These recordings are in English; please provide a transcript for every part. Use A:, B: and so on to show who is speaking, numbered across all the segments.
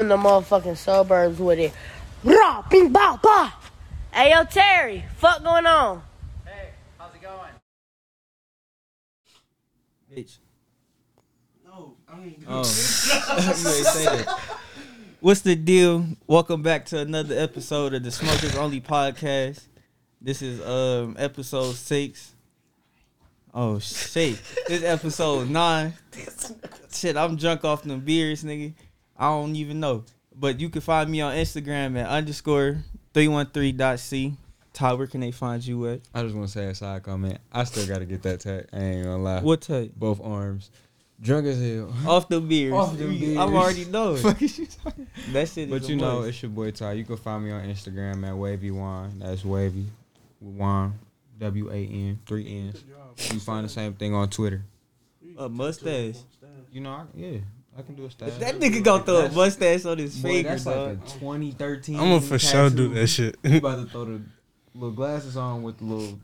A: in the motherfucking suburbs with it. Rah, bing, bow, bah. Hey, yo, Terry, fuck going on?
B: Hey, how's it going?
C: Bitch.
D: No, I mean,
C: Oh. you ain't say that. What's the deal? Welcome back to another episode of the Smokers Only Podcast. This is um episode six. Oh shit. This episode nine. Shit, I'm drunk off them beers, nigga. I don't even know. But you can find me on Instagram at underscore 313.c. Ty, where can they find you at?
E: I just want to say a side comment. I still got to get that tag. I ain't gonna lie.
C: What type?
E: Both arms, drunk as hell.
D: Oh,
C: Off the beers.
E: Off them beers.
C: I'm already know.
E: Fuck is you talking?
C: that shit is
E: But
C: a
E: you know,
C: must.
E: it's your boy Ty. You can find me on Instagram at wavy wine. That's wavy with wine. W A N three N's. You find the same thing on Twitter.
C: a mustache.
E: You know, I, yeah, I can do a stab.
C: That nigga gonna throw a mustache on his
E: Boy,
C: finger,
E: that's
C: dog.
E: like a 2013.
D: I'm gonna for sure do
E: tattoo.
D: that shit.
E: You about to throw the little glasses on with the little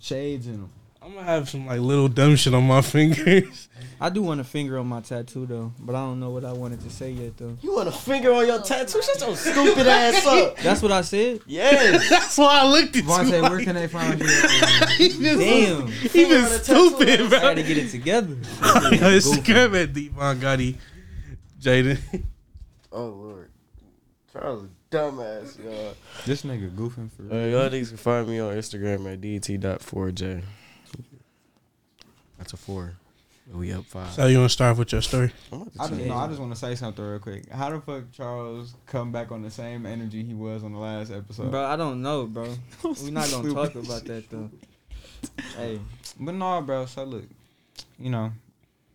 E: shades in them.
D: I'm gonna have some like little dumb shit on my fingers.
C: I do want a finger on my tattoo though, but I don't know what I wanted to say yet though.
F: You want a finger on your tattoo? Shut your stupid ass up.
C: That's what I said.
F: Yes.
D: That's why I looked at you.
E: Vontae, where can they find you? at, um,
D: He just,
C: Damn,
D: he
F: Finger on a
D: just
F: tattoo.
D: stupid,
C: I
D: bro.
C: gotta get it together.
D: Instagram at Devon Gotti, Jaden.
F: Oh lord. Charles, a dumbass, y'all.
E: This nigga goofing for real.
F: y'all niggas can find me on Instagram at det.4j. That's a four. We up five.
D: So you wanna start with your story?
F: I'm about to
E: I just,
F: tell
E: no,
F: you.
E: I just want to say something real quick. How the fuck Charles come back on the same energy he was on the last episode?
C: Bro, I don't know, bro. We're not gonna talk about that though.
E: Hey, but no, bro. So look, you know,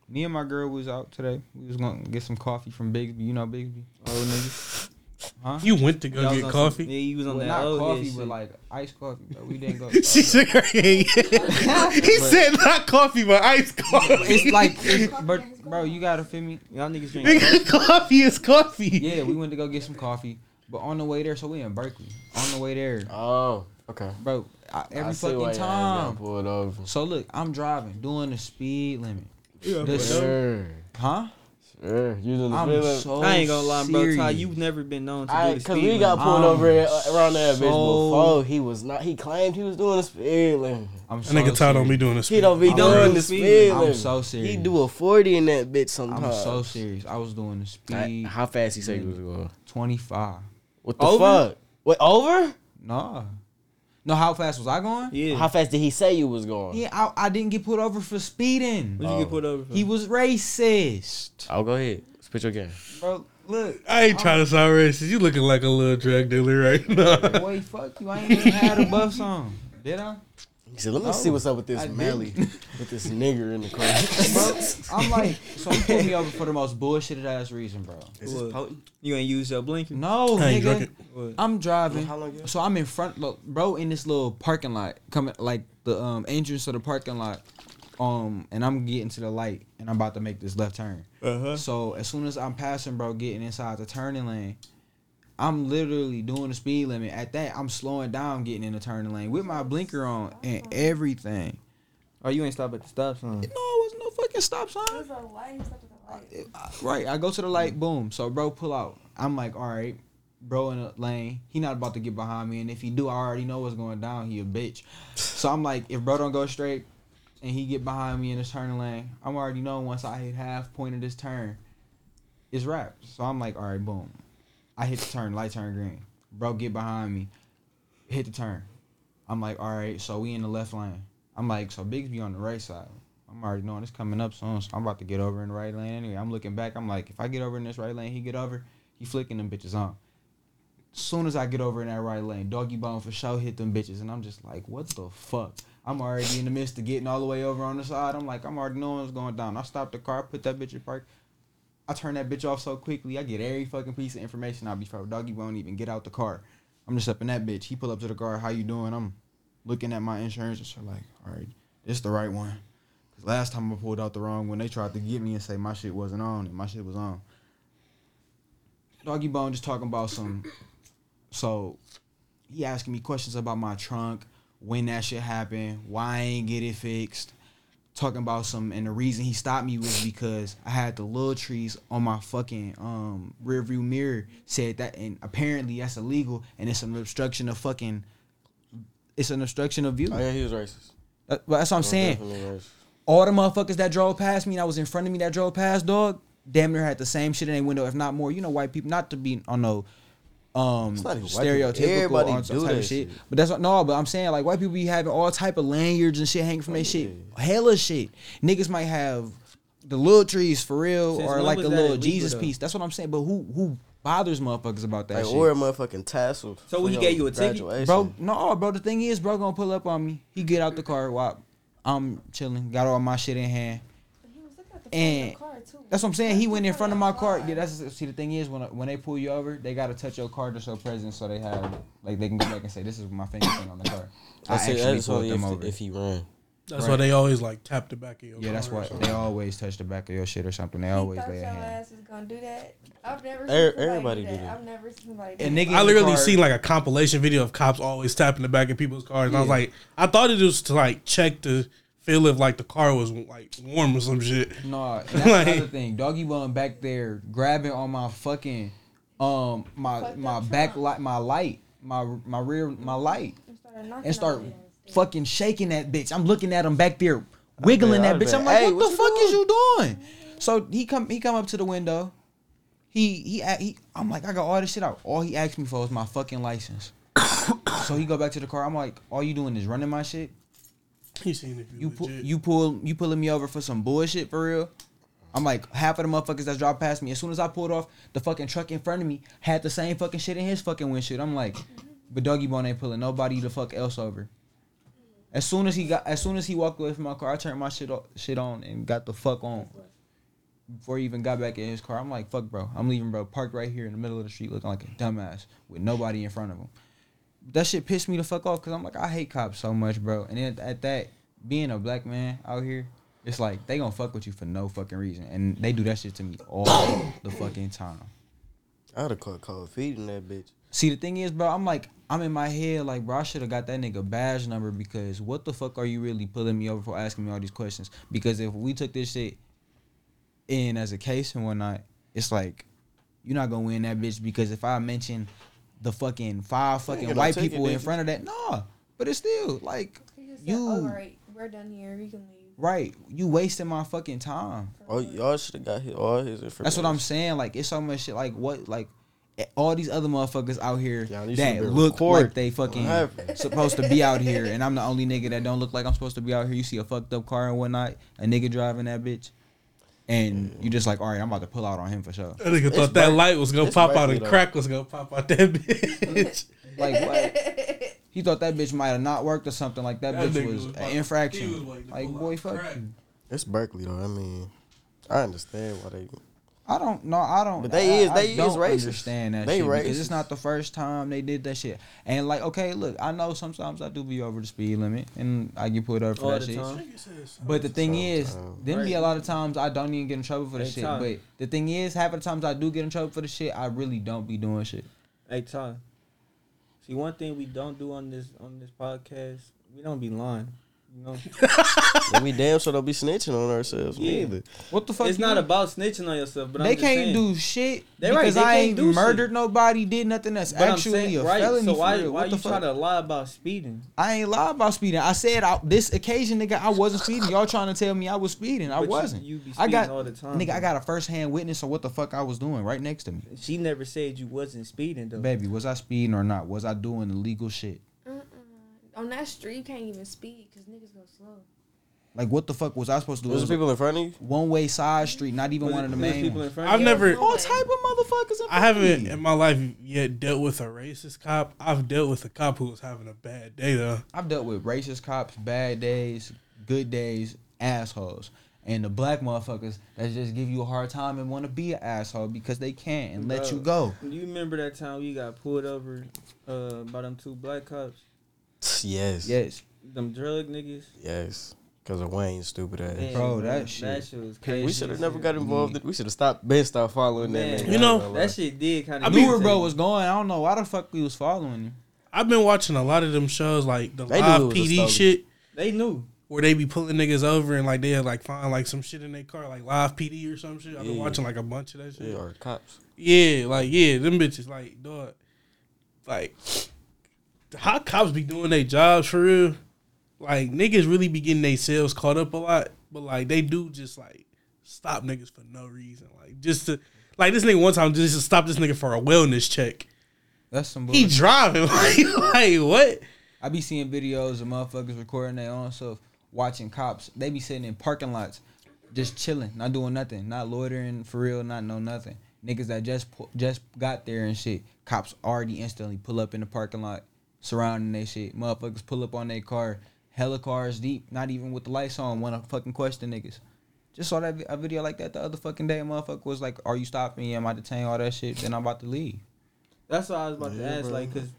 E: me and my girl was out today. We was gonna get some coffee from Bigsby. You know Bigsby, old nigga. Huh?
D: You went to go
C: Oh, Y'all was
D: get
C: on
D: coffee.
C: Some, yeah, you was on
E: Well,
C: that
E: not
C: old
E: coffee,
C: head
E: but
C: shit.
E: like iced coffee. Bro. We didn't go.
D: She shook her head. he said not coffee, but iced
E: it's
D: coffee.
E: like, it's, but bro, you gotta feel me.
C: y'all niggas drink.
D: Nigga, coffee is coffee.
E: Yeah, we went to go get some coffee, but on the way there, so we in Berkeley. On the way there,
F: Oh, okay.
E: bro, I, every
F: I see why
E: fucking
F: your ass got
E: time.
F: pulled over.
E: So look, I'm driving, doing the speed limit.
C: Yeah,
E: This-
F: Sure.
E: huh?
F: Sure. You done
E: I'm
F: feeling-
E: so
C: I ain't gonna lie, bro. Ty,
E: serious.
C: you've never been known to
F: I,
C: do the
F: cause
C: speed
F: we got
C: limit.
F: pulled
E: I'm
F: over at, around that
E: so-
F: bitch before. He was not. He claimed he was doing a speed limit.
E: I'm
D: That nigga Todd don't be
E: serious.
D: doing this.
F: He don't be
E: I'm
F: doing
C: really
F: the
C: speed
F: speed
E: limit. I'm
F: limit.
E: so serious.
F: He do a forty in that bitch sometimes.
E: I'm so serious. I was doing the
F: I-
E: speed
F: how fast he say he was going?
E: 25.
F: What the
C: Over?
F: fuck? Wait, over?
E: Nah. No, how fast was I going? Yeah,
C: Yeah,
F: How fast did he say you was going?
E: I, I didn't get put over for speeding.
C: what you get pulled over for?
E: Um, He was racist.
F: I'll go ahead. Spit your game.
E: Bro, look.
D: I ain't trying to sound racist. You looking like a little drug dealer right now.
E: Boy, fuck you. I ain't even had a buff on. Did I?
F: He said, "Let me
E: No,
F: see what's up with this
E: I
F: Melly, with this nigger in the car."
E: Bro, I'm like, so he pulled me over for the most bullshitted ass reason, bro.
C: What? You ain't use your blinker.
E: No,
D: I ain't drunk
E: nigga.
D: it.
C: What?
E: I'm driving.
F: How long you-
E: So I'm in front, look, bro, in this little parking lot, coming like the um entrance to the parking lot, um, and I'm getting to the light, and I'm about to make this left turn.
C: Uh-huh.
E: So as soon as I'm passing, bro, getting inside the turning lane, I'm literally doing the speed limit. At that, I'm slowing down, getting in the turning lane with my blinker on and everything.
C: Oh, you ain't stop at the stop sign.
E: No, it was no fucking stop sign.
G: was a light. He was like, "It's a light."
E: I- right. I go to the light, boom. So bro, pull out. I'm like, all right, bro in the lane. He not about to get behind me, and if he do, I already know what's going down. He a bitch. So I'm like, if bro don't go straight, and he get behind me in this turning lane, I'm already know once I hit half point of this turn, it's wrapped. So I'm like, all right, boom. I hit the turn, light turn green. Bro, get behind me. Hit the turn. I'm like, all right, so we in the left lane. I'm like, so Bigsby on the right side. I'm already knowing it's coming up soon, so I'm about to get over in the right lane anyway. I'm looking back. I'm like, if I get over in this right lane, he get over. He flicking them bitches on. Soon as I get over in that right lane, doggy bone for sure hit them bitches, and I'm just like, what the fuck? I'm already in the midst of getting all the way over on the side. I'm like, I'm already knowing what's going down. I stop the car, put that bitch in park. I turn that bitch off so quickly. I get every fucking piece of information out before doggy won't even get out the car. I'm just up in that bitch. He pull up to the car. How you doing? I'm looking at my insurance and shit. Like, all right, this the right one. 'Cause last time I pulled out the wrong one, they tried to get me and say my shit wasn't on and my shit was on. Doggy Bone just talking about some. So, he asking me questions about my trunk, when that shit happened, why I ain't get it fixed talking about some and the reason he stopped me was because I had the little trees on my fucking um rear view mirror said that and apparently that's illegal and it's an obstruction of fucking it's an obstruction of view.
F: Oh yeah, he was racist.
E: Uh, but that's what I'm saying
F: Definitely racist.
E: all the motherfuckers that drove past me and I was in front of me that drove past, dog, damn near had the same shit in their window, if not more. You know, white people, not to be on no um
F: not even white people.
E: stereotypical
F: Everybody
E: on some
F: do
E: type
F: that
E: of shit.
F: shit.
E: But that's what no, but I'm saying like white people be having all type of lanyards and shit hanging from their shit. Hella shit. Niggas might have the little trees for real
H: Since
E: or
H: when
E: like
H: was
E: a
H: that
E: little
H: illegal,
E: Jesus
H: though?
E: piece. That's what I'm saying. But who who bothers motherfuckers about that
F: Like,
E: shit?
F: or a motherfucking tassel.
H: So
F: for
H: when he
F: your
H: gave you a ticket,
F: graduation.
E: Bro, no, bro. The thing is, bro, gonna pull up on me. He get out the car. Wop. I'm chilling. Got all my shit in hand.
I: He was looking at the
E: And
I: front of the car too.
E: That's what I'm saying. He went in front of my car. Yeah, that's see. The thing is, when when they pull you over, they gotta touch your car to show presence, so they have like they can go back and say, "This is my fingerprint on the car." I
F: That's it,
E: actually
F: that's
E: pulled
F: only
E: them
F: if,
E: over.
F: the- if he ran.
D: That's why they always like tap the back of your
E: yeah, that's
D: car or
E: why
D: something.
E: they always touch the back of your shit or something. They
I: He
E: always
I: thought
E: lay a
I: your
E: hand.
I: ass was gonna do that. I've never seen
F: Er-
I: somebody
F: everybody
I: do
F: do
I: that.
F: that.
I: I've never seen somebody do
E: And
I: that.
E: nigga,
D: I literally
E: car,
D: seen like a compilation video of cops always tapping the back of people's cars. And I was
E: Yeah.
D: like, I thought it was to like check to feel if like the car was like warm or some shit.
E: No, and that's
D: Like-
E: another thing. Doggy bun back there grabbing on my fucking um my
I: Fucked
E: my
I: up
E: back
I: trunk.
E: light my light my my rear my light
I: And started knocking on
E: and start
I: his ass.
E: fucking shaking that bitch. I'm looking at him back there wiggling that
F: I would've
E: bitch.
F: been,
E: I'm like,
F: "Hey,
E: what,
F: what
E: the
F: you
E: fuck is you doing? So he come he come up to the window. He he a- he. I'm like, I got all this shit out. All he asked me for was my fucking license. so he go back to the car. I'm like, all you doing is running my shit.
D: You seen if
E: You
D: you,
E: pull,
D: legit.
E: you pull you pulling me over for some bullshit for real. I'm like half of the motherfuckers that dropped past me. As soon as I pulled off, the fucking truck in front of me had the same fucking shit in his fucking windshield. I'm like, but doggy bone ain't pulling nobody the fuck else over. As soon as he got, as soon as he walked away from my car, I turned my shit o- shit on and got the fuck on. Before he even got back in his car, I'm like, fuck, bro, I'm leaving, bro. Parked right here in the middle of the street, looking like a dumbass with nobody in front of him that shit pissed me the fuck off because I'm like, I hate cops so much, bro. And then at that, being a black man out here, it's like they gonna fuck with you for no fucking reason, and they do that shit to me all the fucking time.
F: I'd have caught cold feet in that bitch.
E: See, the thing is, bro, I'm like, I'm in my head, like, bro, I should have got that nigga badge number because what the fuck are you really pulling me over for asking me all these questions? Because if we took this shit in as a case and whatnot, it's like, you're not gonna win that bitch because if I mention the fucking five fucking
F: get no
E: white
F: ticket,
E: people in
F: did you?
E: front of that, nah, but it's still like,
I: He just said,
E: you,
I: "All right, we're done here. You can leave."
E: right, you wasting my fucking time.
F: Oh, y'all should have got his, all his information.
E: That's what I'm saying. Like it's so much shit. Like what? Like eh, all these other motherfuckers out here
F: Yeah, you
E: that
F: should've been
E: look
F: recorded.
E: like they fucking
F: Whatever.
E: supposed to be out here, and I'm the only nigga that don't look like I'm supposed to be out here. You see a fucked up car and whatnot, a nigga driving that bitch, and you just like, all right, I'm about to pull out on him for sure.
D: That nigga thought that
F: bright-
D: light was gonna
F: it's
D: pop out
F: brightly
D: and
F: though.
D: crack was gonna pop out that bitch.
E: Like what? He thought that bitch might have not worked or something. Like that,
D: That
E: bitch
D: nigga
E: was,
D: was about-
E: an
D: he was
E: infraction.
D: waiting to
E: like
D: pull
E: boy,
D: out
E: fuck.
D: crack.
E: you.
F: It's Berkeley though. I mean, I understand why they.
E: I don't know. I don't.
F: But they
E: I-
F: is-
E: I
F: they is
E: don't
F: racist.
E: Understand that
F: They
E: shit because it's
F: racist.
E: not the first time they did that shit. And like, okay, look, I know sometimes I do be over the speed limit and I get pulled up for
H: All
E: that
H: the
E: shit.
H: time.
E: But the thing is,
F: Sometimes.
E: then be a lot of times I don't even get in trouble for the
H: They
E: shit.
H: time.
E: But the thing is, half of the times I do get in trouble for the shit, I really don't be doing shit.
H: Hey Ty. See one thing we don't do on this on this podcast, we don't be lying. You know?
F: And we damn sure don't be snitching on ourselves
H: Yeah.
F: neither.
E: What the fuck?
H: it's
E: you
H: not
E: mean?
H: about snitching on yourself, but
E: they
H: I'm just
E: can't
H: saying.
E: do shit
H: They right,
E: because
H: they
E: I
H: can't
E: ain't
H: do shit.
E: murdered nobody, did nothing that's
H: But I'm
E: actually
H: saying,
E: a
H: right.
E: felony.
H: so
E: for
H: why
E: real.
H: why
E: what
H: you
E: the fuck?
H: try to lie about speeding?
E: I ain't lie about speeding. I said I, this occasion, nigga, I wasn't speeding. Y'all trying to tell me I was speeding. I
H: But you-
E: wasn't.
H: you be
E: I got
H: speeding all the time,
E: nigga. I
H: though.
E: got a first hand witness of what the fuck I was doing right next to me.
H: She never said you wasn't speeding though.
E: Baby, was I speeding or not? Was I doing illegal shit?
I: Uh-uh. On that street, you can't even speed because niggas go slow.
E: Like what the fuck was I supposed to do?
F: Those people in front of you.
E: one way side street, not even
H: Was
E: one
H: it-
E: of the
H: was it
E: main.
H: people
E: Ones.
H: in front of
D: I've
H: you?
D: never
E: All type of motherfuckers. In
D: I
E: front of
D: haven't
E: me.
D: in my life yet dealt with a racist cop. I've dealt with a cop who was having a bad day though.
E: I've dealt with racist cops, bad days, good days, assholes. And the black motherfuckers that just give you a hard time and want to be an asshole because they can't and let you go.
H: You remember that time we got pulled over uh, by them two black cops,
F: Yes.
E: Yes.
H: them drug niggas?
F: Yes. Because of Wayne's stupid ass. Mm-hmm.
H: Man,
E: Bro, that
H: man,
E: shit
H: was crazy.
F: We should have never got involved. in- We should have stopped, been stopped following
H: Man,
F: that. nigga.
D: You know,
F: I ain't gonna
H: that shit did kind
E: I
H: of.
E: knew where bro was going. I don't know why the fuck we was following him.
D: I've been watching a lot of them shows like the
F: They knew it
D: live
F: was a
D: PD
F: stolen.
D: shit.
H: They knew.
D: where they be pulling niggas over and like they'll like find like some shit in their car, like live PD or some shit. I've been
F: Yeah.
D: watching like a bunch of that shit.
F: Yeah, or cops.
D: Yeah, like yeah, them bitches like dog, like how cops be doing their jobs for real. Like niggas really be getting themselves caught up a lot, but like they do just like stop niggas for no reason, like just to like this nigga one time just to stop this nigga for a wellness check.
E: That's some
D: He
E: bullshit.
D: driving like like what?
E: I be seeing videos of motherfuckers recording their own self, watching cops. They be sitting in parking lots, just chilling, not doing nothing, not loitering for real, not no nothing. Niggas that just pu- just got there and shit. Cops already instantly pull up in the parking lot, surrounding they shit. Motherfuckers pull up on their car, hella cars deep, not even with the lights on. Want to fucking question niggas. Just saw that vi- a video like that the other fucking day. Motherfucker was like, "Are you stopping me? Am I detained? All that shit." Then I'm about to leave.
H: That's what I was about to
F: Yeah,
H: ask.
F: bro.
H: Like, cause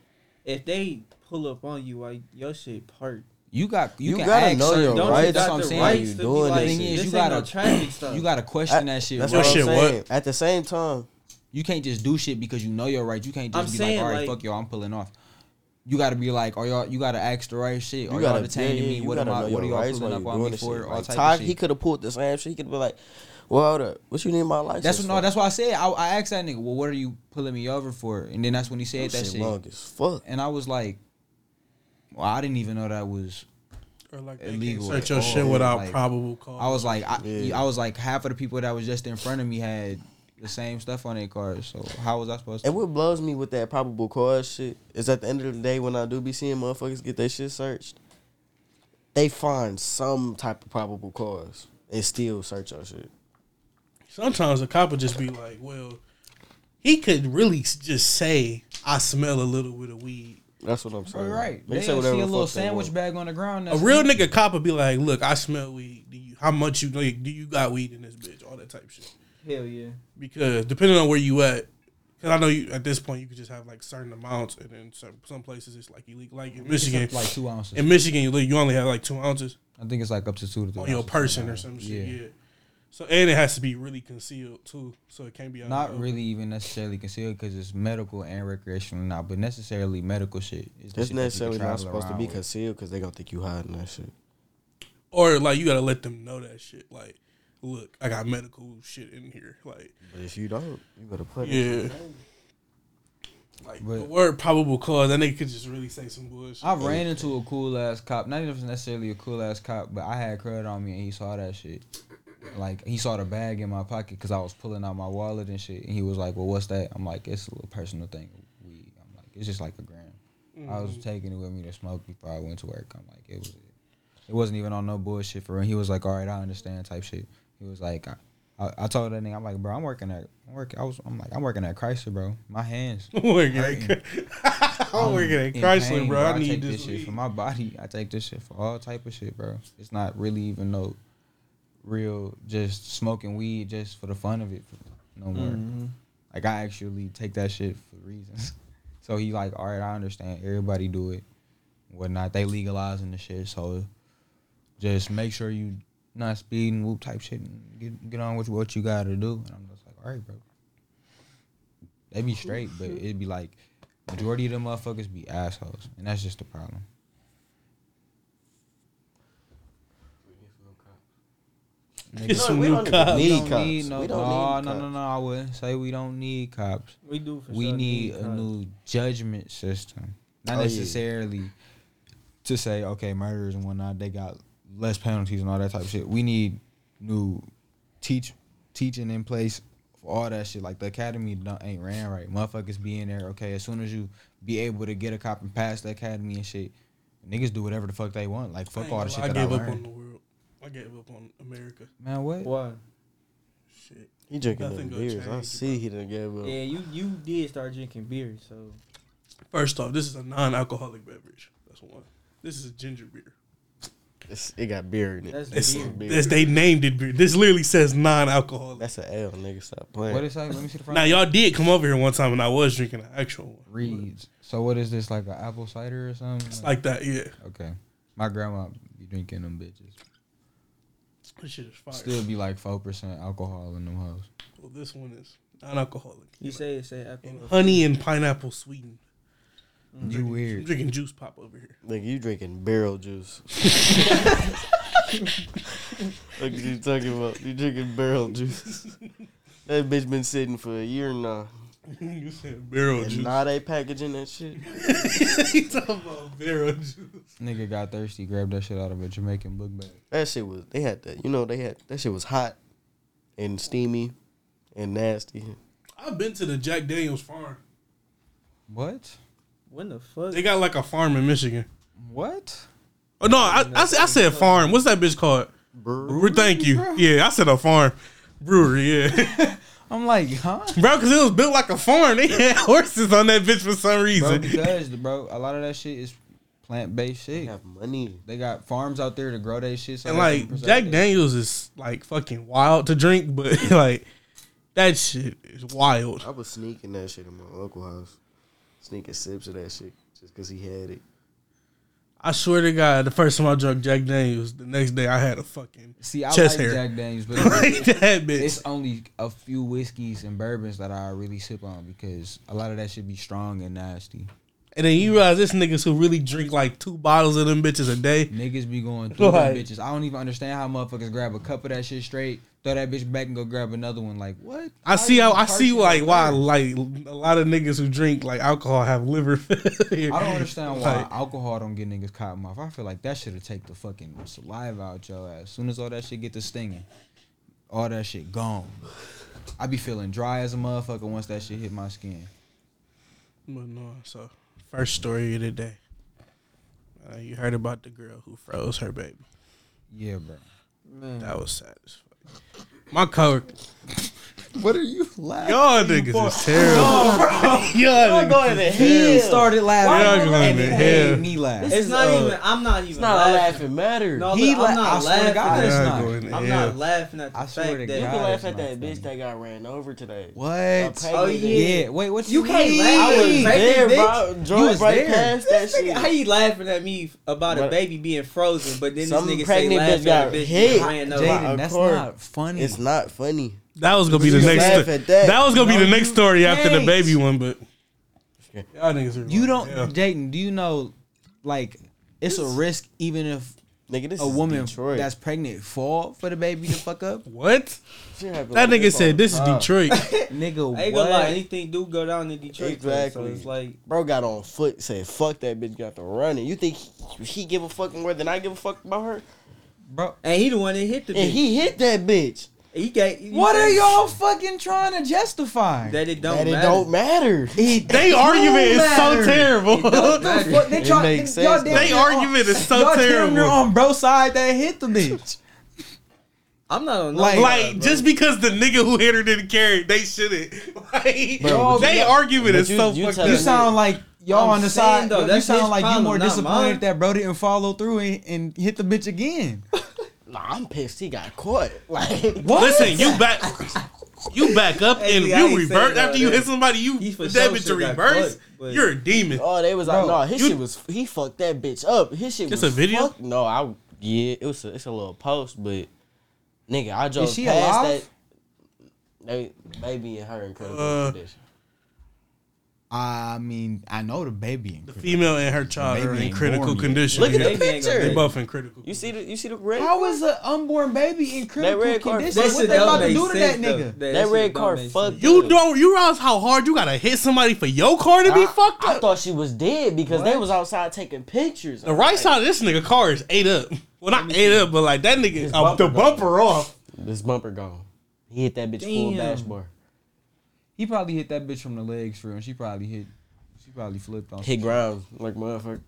H: if they pull up on you, like your shit parked.
E: You got you,
F: You
E: can
F: gotta
E: ask
F: know
E: certain-
F: your
H: Don't
F: rights.
H: you
E: That's
H: got
E: what I'm
H: the
E: saying.
H: rights
F: You
H: to be
F: doing
H: like,
F: this
H: this
F: shit.
E: You
H: ain't
E: gotta-
H: no traffic stuff.
E: You gotta question that shit.
F: That's
E: bro.
F: what I'm
D: Your shit
F: saying.
D: what?
F: At the same time,
E: You can't just do shit because you know you're right. You can't just
H: I'm
E: be
H: saying,
E: like, all right,
H: like-
E: fuck y'all, I'm pulling off. You gotta be like, are y'all? You gotta ask the right shit. Are
F: you
E: you
F: gotta
E: all detaining
F: yeah, yeah,
E: me?
F: you
E: What am
F: gotta
E: I?
F: know
E: What are
F: your
E: y'all
F: rights
E: pulling
F: while
E: up on
F: you doing
E: me
F: this
E: for?
F: shit.
E: All
F: Like,
E: type
F: Ty,
E: of
F: he
E: shit.
F: could have pulled the same shit. He could have been like, "Well, hold up, what you need my license?"
E: That's what,
F: for?
E: no. That's why I said I, I asked that nigga. Well, what are you pulling me over for? And then that's when he said that
F: shit,
E: shit.
F: long as fuck.
E: And I was like, well, I didn't even know that was.
D: Or like
E: they Illegal can't at
D: Search your
E: all.
D: shit without
E: Like,
D: probable cause.
E: I was like, I,
F: Yeah.
E: I was like, half of the people that was just in front of me had the same stuff on their cars. So how was I supposed to?
F: And what blows me with that probable cause shit is at the end of the day when I do be seeing motherfuckers get their shit searched, they find some type of probable cause and still search our shit.
D: sometimes a cop would just be like, well, he could really s- just say, I smell a little bit of weed.
F: That's what I'm saying.
E: Bro, right.
F: They
E: They
F: say
E: see a
F: whatever the
E: little
F: fuck they
E: sandwich
F: want.
E: bag on the ground.
D: A
E: that's
D: real
E: it.
D: nigga cop would be like, look, I smell weed. Do you, how much you like, do you got weed in this bitch? All that type of shit.
H: Hell yeah.
D: Because depending on where you at, because I know you at this point you could just have like certain amounts, and then some, some places it's like illegal. Like in Michigan,
E: It's like two ounces.
D: in Michigan you, li- you only have like two ounces
E: I think it's like up to two to three.
D: on your
E: ounces.
D: person or some shit. Yeah.
E: Yeah.
D: So and it has to be really concealed too, so it can't be out in
E: Not
D: the open.
E: really even necessarily concealed because it's medical and recreational now, but necessarily medical shit. is the shit that
F: It's
E: you
F: necessarily
E: can
F: not
E: travel
F: supposed to
E: around
F: be
E: with.
F: concealed because they gonna think you hiding that shit.
D: or like you gotta let them know that shit. Like, look, I got medical shit in here. Like,
F: But if you don't, you better put it.
D: yeah, like the
E: But-
D: word probable cause. That nigga could just really say some bullshit.
E: I ran into a cool ass cop. Not even necessarily a cool ass cop, but I had credit on me and he saw that shit. Like he saw the bag in my pocket because I was pulling out my wallet and shit. And he was like, "Well, what's that?" I'm like, "It's a little personal thing. We." I'm like, "It's just like a gram." I was taking it with me to smoke before I went to work. I'm like, it was it. It wasn't even on no bullshit for real. He was like, all right, I understand type shit. He was like, I, I, I told that nigga, I'm like, bro, I'm working at, I'm working, I was, I'm like, I'm working at Chrysler, bro. My hands.
D: I'm working at, I'm working at
E: in
D: Chrysler,
E: pain,
D: bro. I
E: take
D: need
E: this,
D: this.
E: shit
D: weed.
E: for my body. I take this shit for all type of shit, bro. It's not really even no real just smoking weed just for the fun of it no more.
D: Mm.
H: Mm-hmm.
E: Like I actually take that shit for reasons. So he like, all right, I understand. Everybody do it, whatnot. They legalizing the shit, so just make sure you not speeding, whoop type shit, and get get on with what you gotta do. And I'm just like, all right, bro. They be straight, but it'd be like majority of them motherfuckers be assholes, and that's just the problem.
D: Get some
F: we
D: new
F: don't even
D: cops.
F: Need
E: we don't
F: cops.
E: need no.
F: We
E: no,
F: don't need
E: no, no,
F: cops.
E: no. I wouldn't say we don't need cops.
H: We do. For
E: we
H: sure
E: need a
H: cops.
E: new judgment system, not
F: Oh, yeah.
E: necessarily to say okay, murders and whatnot. They got less penalties and all that type of shit. We need new teach teaching in place for all that shit. Like the academy don't, ain't ran right. Motherfuckers be in there. Okay, as soon as you be able to get a cop and pass the academy and shit, niggas do whatever the fuck they want. Like
D: I
E: fuck
D: ain't
E: all the
D: gonna
E: shit
D: lie, I
E: that I
D: gave up
E: learned.
D: on the world. I gave up on America.
E: Man, what?
H: Why?
D: Shit.
F: He drinking
D: Nothing
F: them
D: gonna
F: beers. I
D: change,
F: see he done gave
E: Oh.
F: up.
H: Yeah, you you did start drinking beer, so
D: First off, this is a non-alcoholic beverage. That's one. This is a ginger beer.
F: It's, it got beer in it.
H: that's
D: It's,
H: beer.
F: Beer.
D: this- they named it beer. This literally says non-alcoholic.
F: That's an L, nigga. Stop playing.
E: What is that? Let me see the front.
D: Now y'all did come over here one time and I was drinking an actual one.
E: Reeds. So what is this like an apple cider or something?
D: It's like that, yeah.
E: okay, my grandma be drinking them bitches.
D: This shit is fire.
E: Still be like four percent alcohol in them hoes.
D: Well, this one is non-alcoholic.
H: You say it say apple.
D: And honey and pineapple sweetened.
E: You
D: I'm Mm.
E: weird.
D: drinking juice pop over here.
F: Nigga, you drinking barrel juice. What you talking about? You drinking barrel juice. That bitch been sitting for a year now.
D: you said barrel
F: And
D: juice.
F: now they packaging that shit.
D: you talking about barrel juice?
E: Nigga got thirsty, grabbed that shit out of a Jamaican book bag.
F: That shit was they had that you know they had that shit was hot and steamy and nasty.
D: I've been to the Jack Daniels farm.
E: What?
H: When the fuck?
D: They got like a farm in Michigan.
E: What?
D: Oh no, I, I, said- I said farm. What's that bitch called? Brewery. Thank you. Yeah, I said a farm. Brewery, yeah.
E: I'm like, huh?
D: bro, because it was built like a farm. They had horses on that bitch for some
E: Bro,
D: reason.
E: because, bro, a lot of that shit is plant based
F: They
E: shit.
F: have money.
E: They got farms out there to grow their shit. So
D: and
E: they can
D: like
E: preserve
D: Jack
E: it.
D: Daniels is like fucking wild to drink, but like that shit is wild.
F: I was sneaking that shit in my uncle's house. Sneaking sips of that shit just cause he had it.
D: I swear to God, the first time I drank Jack Daniels, the next day I had a fucking
E: See, I
D: chest
E: like
D: hair.
E: Jack Daniels, but
D: like that bitch.
E: it's only a few whiskeys and bourbons that I really sip on because a lot of that should be strong and nasty.
D: And then you realize this niggas who really drink like two bottles of them bitches a day.
E: Niggas be going through them
D: Right.
E: bitches. I don't even understand how motherfuckers grab a cup of that shit straight, throw that bitch back, and go grab another one. Like what?
D: I see
E: you
D: how I see
E: partial
D: like
E: to
D: why
E: that?
D: like a lot of niggas who drink like alcohol have liver failure.
E: I don't understand why
D: Like,
E: alcohol don't get niggas cotton mouth. I feel like that should have take the fucking saliva out your ass. Soon as all that shit get to stinging, all that shit gone. I be feeling dry as a motherfucker once that shit hit my skin.
D: but no, so first story of the day. Uh, you heard about the girl who froze her baby.
E: Yeah, bro.
D: That was sad as fuck. My coworker,
E: What are you laughing?
D: y'all niggas is terrible. y'all niggas
A: going to hell.
E: He started
D: Y'all
E: laughing.
D: going
E: And
D: to
E: it
D: hell.
E: made me laugh.
H: It's not even. I'm not even.
F: Not
H: laughing.
F: laughing matter.
H: No,
E: He
H: look, I'm
E: la-
H: not
E: I swear to
H: laughing.
E: God, it's
D: y'all
E: not.
D: going to
H: I'm
D: hell.
H: not laughing at the
E: I swear
H: fact
E: to
H: that
F: you
E: God.
F: can laugh
E: it's
F: at
E: not
F: that bitch
E: funny.
F: that got ran over today.
E: What?
H: yeah.
F: Oh,
E: Yeah. Wait, what
H: You
E: you,
H: can't
E: mean?
H: laugh. I was pregnant,
F: There,
H: bitch.
F: bro. Drove
E: was
F: right
E: there.
F: past that shit.
H: How you laughing at me about a
F: But-
H: baby being frozen, but then this
F: Some
H: nigga say
F: pregnant
H: laugh
F: bitch
H: at
F: got
H: a bitch
F: hit.
H: that ran over.
E: Jaden,
F: Of
E: that's
F: course.
E: not funny.
F: It's not funny.
D: That was gonna be the
F: You
D: next.
F: laugh at that.
D: that was gonna
E: No,
D: be the next
E: you
D: story after the
E: can't.
D: baby one, but y'all niggas are
E: you don't,
D: Yeah.
E: Jaden. Do you know, like, it's a risk even if
F: Nigga, this
E: a
F: is
E: woman
F: Detroit.
E: that's pregnant fall for the baby to fuck up,
D: What?
F: Shit happen
D: That
F: like
D: nigga said
F: all
D: this is
F: the time.
D: Detroit.
E: nigga.
H: I ain't
E: what?
H: gonna lie, anything do go down in Detroit. Exactly.
F: Exactly.
H: So it's like
F: Bro got on foot, said, fuck that bitch got to running. You think he, he give a fuck more than I give a fuck about her?
E: bro.
H: and he the one that hit the
F: And
H: bitch.
F: he hit that bitch.
H: He got he
E: What
H: said
E: are y'all fucking trying to justify?
H: that it don't
F: and
H: matter.
F: it don't matter.
E: It
D: they
E: don't
D: argument is so
E: matter.
D: terrible.
H: It don't
D: they
H: matter.
E: The fuck- They
F: It
E: try,
F: makes
E: y'all
F: sense,
E: damn
F: though.
E: near on-
D: argument is so
E: y'all damn near
D: terrible.
E: on bro side that hit the bitch.
H: I'm not on
E: Like-
H: like,
D: Like
H: bro.
D: just because the nigga who hit her didn't carry, it, they shouldn't. Like
F: Bro,
D: they
F: you-
D: argument
F: but
D: is
F: you-
D: so
F: you
D: fucked
F: telling
E: You
D: up.
F: me-
E: sound like y'all
H: I'm
E: on the
H: saying,
E: side.
H: though,
E: you
H: that's
E: sound
H: his
E: like you
H: problem,
E: more
H: not mine.
E: disappointed that bro didn't follow through and, and hit the bitch again.
F: Nah, I'm pissed he got caught. Like,
E: What?
D: Listen, you back, you back up
H: Hey,
D: and
H: nigga, I ain't
D: you revert
H: saying all
D: after you
H: that.
D: hit somebody. You
H: He for
D: that
H: sure
D: bitch to
H: should've got
D: reverse.
H: caught, but-
D: You're a demon.
F: oh, they was like,
E: Bro,
F: no, his
D: you-
F: shit was, he fucked that bitch up. His shit
D: It's
F: was
D: a video?
F: fucked- No, I, yeah, it was a, it's a little post, but nigga, I drove
E: Is she
F: past
E: alive?
F: that. They, baby and her in critical
D: Uh,
F: condition.
E: I mean, I know the baby. in
D: The
E: crib.
D: female and her child
E: Baby
D: are in
E: ain't
D: critical
E: born yet.
D: condition.
F: Look at
D: Yeah.
F: the
H: Baby ain't gonna
F: picture.
D: They both in critical.
F: You see the, you see the red?
E: How is an unborn baby in critical
F: red car-
E: condition?
F: That
E: What
F: shit
E: they
F: don't
E: about to
F: make
E: do to that nigga?
F: That red car fucked
D: You
F: up.
D: don't you realize how hard you gotta hit somebody for your car to be
F: I,
D: fucked
F: I
D: up?
F: thought she was dead because they was outside taking pictures.
D: the right side of this nigga car is ate up. Well, not ate up, but like that nigga, uh,
F: bumper
D: the bumper off.
F: This bumper gone. He hit that bitch full
E: Damn.
F: bash bar.
E: He probably hit that bitch from the legs for him. She probably hit. She probably flipped on.
F: Hit ground like motherfucker.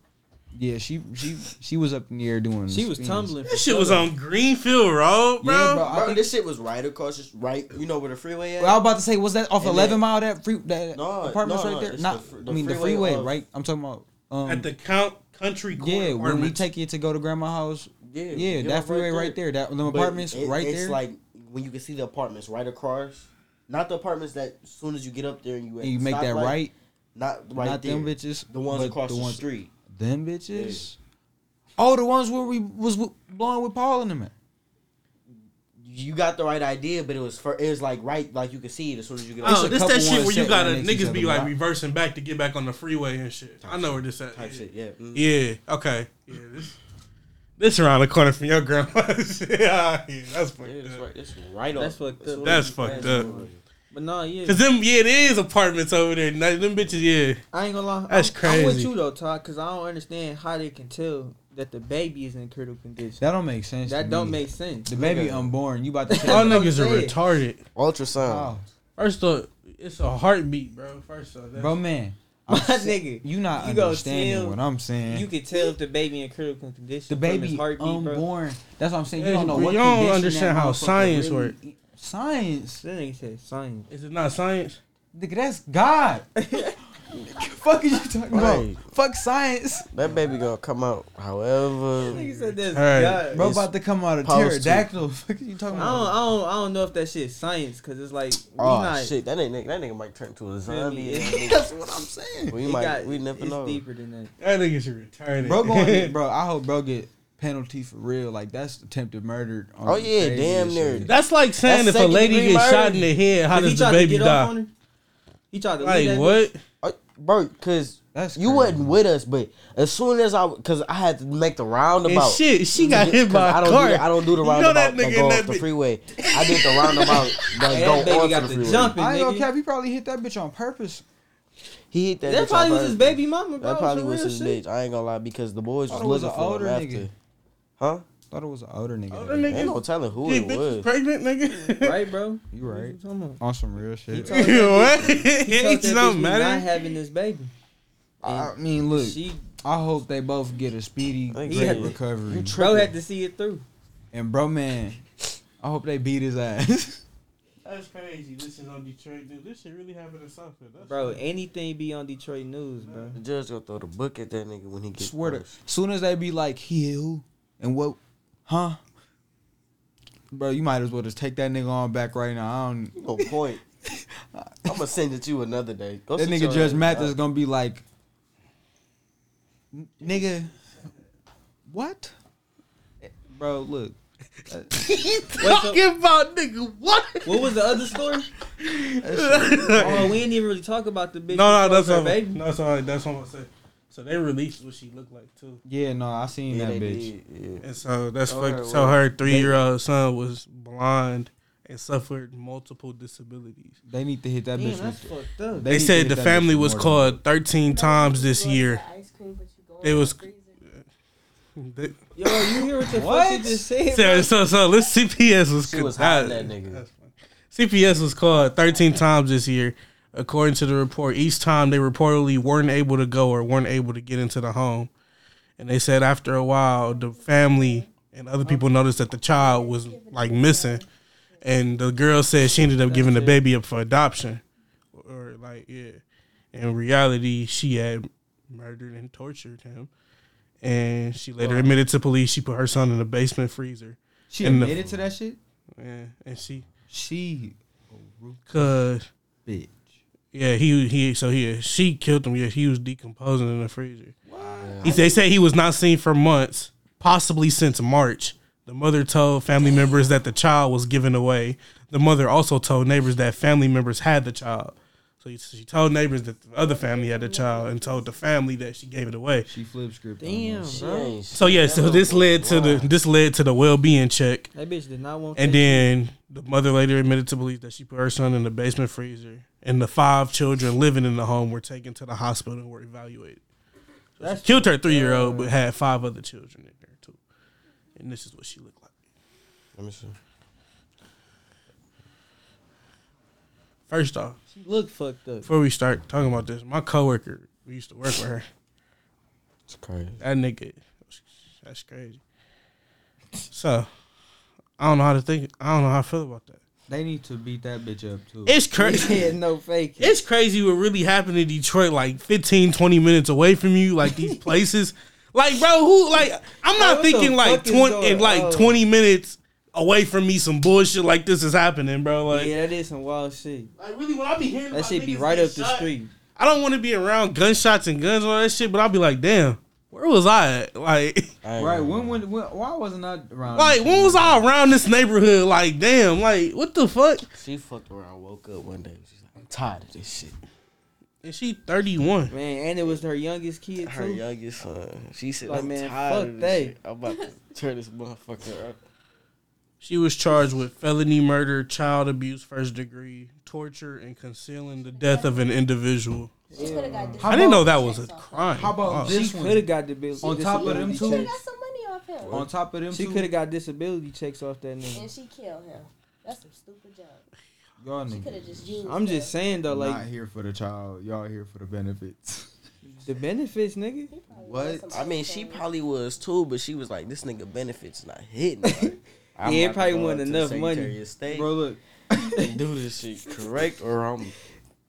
E: Yeah, she she she was up in the air doing.
H: she was
E: spins.
H: tumbling. for
D: This shit was um,
H: sure.
D: on Greenfield Road, bro.
E: Yeah, bro. I, think,
F: this shit was right across, this- right, you know where the freeway at?
E: well, I was about to say, was that off
F: And
E: eleven
F: then-
E: mile that free that
F: No,
E: apartment's
F: no,
E: right
F: no,
E: there?
F: it's
E: Not,
F: the fr- the
E: I mean the
F: freeway
E: freeway,
F: of-
E: right? I'm talking about. Um,
D: At the Count Country Court
E: yeah, when we
D: Apartments.
E: take you to go to grandma's house.
F: Yeah,
E: Yeah,
F: you know,
E: that freeway right there. That them
F: But
E: apartments
F: it-
E: right
F: it's
E: there.
F: like when you can see the apartments right across. Not the apartments that as soon as you get up there and you at
E: and you
F: the
E: make that
F: stoplight,
E: right,
F: Not right
E: not
F: there.
E: them bitches.
F: The ones
E: but
F: across the,
E: ones-
F: street.
E: Them bitches. Oh, the ones where we was w- blowing with Paul in them. at.
F: You got the right idea, but it was for, it was like right, like you could see it as soon as you get up.
D: Oh,
E: a
D: this
E: couple
D: that shit
E: ones
D: where you
E: sitting
D: gotta
E: right next to each
D: niggas be
E: other,
D: like
E: right?
D: reversing back to get back on the freeway and shit. I know where this at.
F: mm-hmm. type shit. Yeah. Mm.
D: Yeah. Okay. Yeah. This This around the corner from your grandma. yeah, that's fucked
F: Yeah, it's
D: up.
F: right. It's right
H: That's
F: up.
H: fucked up.
D: That's fucked up.
H: But no, yeah.
D: Cause them, yeah, it is apartments over there. Nah, Them bitches, yeah.
C: I ain't gonna lie.
D: That's
C: I'm, I'm with
D: crazy.
C: you though, Todd, because I don't understand how they can tell that the baby is in critical condition.
E: That don't make sense. to
C: That don't
E: me.
C: make sense.
E: The baby um, unborn. You about to
D: Y'all
E: tell me.
C: what I'm
D: niggas are
C: saying.
D: retarded.
F: Ultrasound.
E: Oh,
D: First off, it's a heartbeat, bro. First off, that's,
E: bro, man.
C: My
E: I'm sa-
C: nigga,
E: You not
C: you gonna
E: understanding
C: tell-
E: what I'm saying.
C: You can tell if the baby in critical condition.
E: the
C: from
E: baby
C: his heartbeat, bro.
E: unborn. That's what I'm saying. You
D: Hey,
E: don't know
D: bro,
E: what
D: you don't
E: condition
D: understand
E: that
D: how
E: motherfucker
D: science
E: really-
D: work.
E: Science.
C: That nigga said science.
D: is it not science?
E: Nigga, that's God. fuck is you talking
F: Right.
E: about? Fuck science.
F: That baby gonna come out. However,
C: Nigga said that's
D: Alright.
C: God.
E: Bro,
F: It's
E: about to come out of
F: supposed to.
E: pterodactyl. Fuck is you talking
C: I don't,
E: about?
C: I don't, I don't know if that shit's science, cause it's like we
F: oh
C: not.
F: shit, that nigga, that nigga might turn to a zombie.
E: That's what I'm saying.
F: we
C: it
F: might,
C: got-
F: we never
C: it's
F: know.
C: deeper than that.
D: That niggas are retarded.
E: Bro, going, bro, I hope bro get penalty for real. Like that's attempted murder. on
F: Oh,
E: the
F: yeah,
E: craziest
F: damn near.
E: shit.
D: That's like saying if
F: That's
D: a
F: second
D: lady
F: degree
D: gets shot
F: murder.
D: in the head, how
C: If
D: does
C: he
D: the
C: tried to
D: baby
C: get
D: die?
C: off on her. He tried to leave
D: Like
C: that
D: what?
F: Uh, bro, cause
E: That's
F: you
E: crazy.
F: wasn't with us, but as soon as I, cause I had to make the
D: And
F: roundabout.
D: shit, she got
F: 'Cause
D: hit by
F: I
D: a
F: don't
D: car.
F: Do, I don't do the
D: You know
F: roundabout
D: that
F: that,
D: nigga
F: go
D: in
F: off
D: that
F: the
D: bit.
F: freeway. I did the roundabout
C: Hey,
F: that
C: that
F: go
C: baby
F: on
C: got
F: to the
C: the
F: freeway.
C: jump.
E: I ain't gonna
C: nigga.
E: cap. He probably hit that bitch on purpose.
F: He hit that.
C: That
F: bitch
C: probably
F: on
C: was his
F: purpose.
C: baby mama, bro.
F: That probably was
C: real
F: his
C: shit.
F: bitch. I ain't gonna lie because the
D: Oh,
F: boys was
E: Thought it was
F: looking
E: an
F: for him
E: older
F: after.
E: nigga.
F: Huh?
E: Thought it was an older nigga.
D: Older
E: that hit.
D: nigga?
F: Ain't no telling who
D: Hey,
F: it
D: bitch was
F: was.
D: pregnant, nigga.
C: Right, bro.
E: You right
C: What you talking about?
E: on some real shit.
C: told-
D: You what?
C: He told
D: Ain't
C: that
D: no
C: bitch we not
D: matter.
C: having this baby.
E: I mean, look.
C: She
E: I hope they both get a speedy
F: Thank
E: great
C: you.
E: recovery.
C: bro had to see it through.
E: And bro, man, I hope they beat his ass.
D: That's crazy. This is on Detroit, dude. This shit really happened in Southfield. That's
C: Bro, anything be on Detroit news, bro.
F: The judge gonna throw the book at that nigga when he gets.
E: Swear to.
F: punched.
E: Soon as they be like, he who and what, huh? Bro, you might as well just take that nigga on back right now. I don't.
F: You gonna point. I'm gonna send it to you another day. Go
E: That
F: sit
E: nigga
F: your
E: Judge
F: ass
E: Mathis is
F: down.
E: gonna be like, "N- nigga, what? Bro, look.
D: talking about nigga what?
C: What was the other story? oh, we didn't even really talk about the bitch.
D: No,
C: who fucked
D: no, that's
C: her
D: what
C: baby.
D: that's all. That's what I'm saying. So they released what she looked like too,
E: Yeah, no, I seen
F: Yeah,
E: that
F: they
E: bitch.
F: did, yeah.
D: and so that's
F: Tell
D: fucked.
F: her
D: so
F: what-
D: her three year old son was blind and suffered multiple disabilities.
E: They need to hit that
C: Damn,
E: bitch.
C: that's
E: With,
C: fucked up.
E: need
D: They
E: to
D: said
E: hit
D: the
E: that bitch
D: family
E: with
D: was
E: more
D: called 13 times this year.
I: Ice cream, but you go
D: It
I: in
D: was-
I: the freezer.
D: They-
C: Yo, you hear what the fuck
E: What?
C: you just said?
D: So, so, so let's CPS was
F: She was hiding that nigga.
D: CPS was called 13 times this year, according to the report. Each time they reportedly weren't able to go or weren't able to get into the home. And they said after a while, the family and other people noticed that the child was like missing. And the girl said she ended up giving the baby up for adoption. Or, like, yeah. In reality, she had murdered and tortured him. And she later admitted to police she put her son in a basement freezer.
E: she
D: in the-
E: admitted to that shit.
D: Yeah, and she,
E: She
D: cause
E: bitch.
D: Yeah, he he. So he she killed him. Yeah, he was decomposing in the freezer. He, they say he was not seen for months, possibly since March. The mother told family members that the child was given away. The mother also told neighbors that family members had the child. So he- she told neighbors that the other family had the child and told the family that she gave it away.
E: She flip script.
C: Damn,
F: She
C: bro.
F: ain't
D: So yeah, so this led to the this led to the well being check.
C: That bitch did not want.
D: And
C: that
D: then the mother later admitted to believe that she put her son in the basement freezer, and the five children living in the home were taken to the hospital and were evaluated. So she
C: That's
D: killed her three year old, but had five other children in there too. And this is what she looked like.
F: Let me see.
D: First off,
C: shit. She looked fucked up.
D: before we start talking about this, my coworker, we used to work with her.
F: It's crazy.
D: That nigga, that's crazy. So, I don't know how to think. I don't know how I feel about that.
E: They need to beat that bitch up too.
D: It's crazy.
C: Yeah, no faking.
D: It's crazy what really happened in Detroit, like 15, 20 minutes away from you, like these places. Like, bro, who like I'm
C: Bro, what
D: not
C: the
D: thinking like
C: fuck is
D: twenty
C: going
D: in like
C: on?
D: twenty minutes away from me some bullshit like this is happening, bro. Like,
C: yeah, that is some wild shit.
D: like really when I be hearing
C: That
D: about
C: shit be
D: niggas
C: right
D: get
C: up the
D: shot,
C: street.
D: I don't want to be around gunshots and guns and all that shit, but I'll be like, damn, where was I at? Like
F: I ain't
E: Right?
F: gonna
E: When?
F: lie.
E: When? when why wasn't I
C: Um,
E: around?
D: like when was I around this neighborhood? Like, damn, like what the fuck?
F: she fucked around, woke up one day. She's like, I'm tired of this shit.
D: And she 31.
C: Man, and it was her youngest kid
F: Her
C: too.
F: youngest son. She said,
C: Like,
F: I'm
C: man,
F: tired
C: fuck they.
F: of this shit. I'm about to tear this motherfucker up.
D: She was charged with felony murder, child abuse, first degree, torture, and concealing the death of an individual.
J: She could have got this.
D: I didn't know that was a crime.
E: How about
D: Oh,
E: this
C: She could
E: one?
C: have got the bill.
E: On top of them
J: She
E: two,
J: got some money off him,
E: on top of them
C: She
E: two,
C: could have got disability checks off that nigga.
J: and she killed him. That's some stupid job.
E: y'all
J: She could
E: niggas
J: have just used.
C: I'm just
J: him.
C: saying though,
E: not
C: like
E: here for the child. Y'all here for the benefits.
C: the benefits, nigga.
J: He probably
E: What?
J: wants some
F: I mean, she
J: ice cream.
F: probably was too, but she was like, this nigga benefits not hitting. Like, I'm
C: Yeah, it
F: about to
C: probably
F: go up
C: wasn't
F: to the
C: enough money.
F: Secretary of State
E: Bro, look,
F: and do this shit correct, or I'm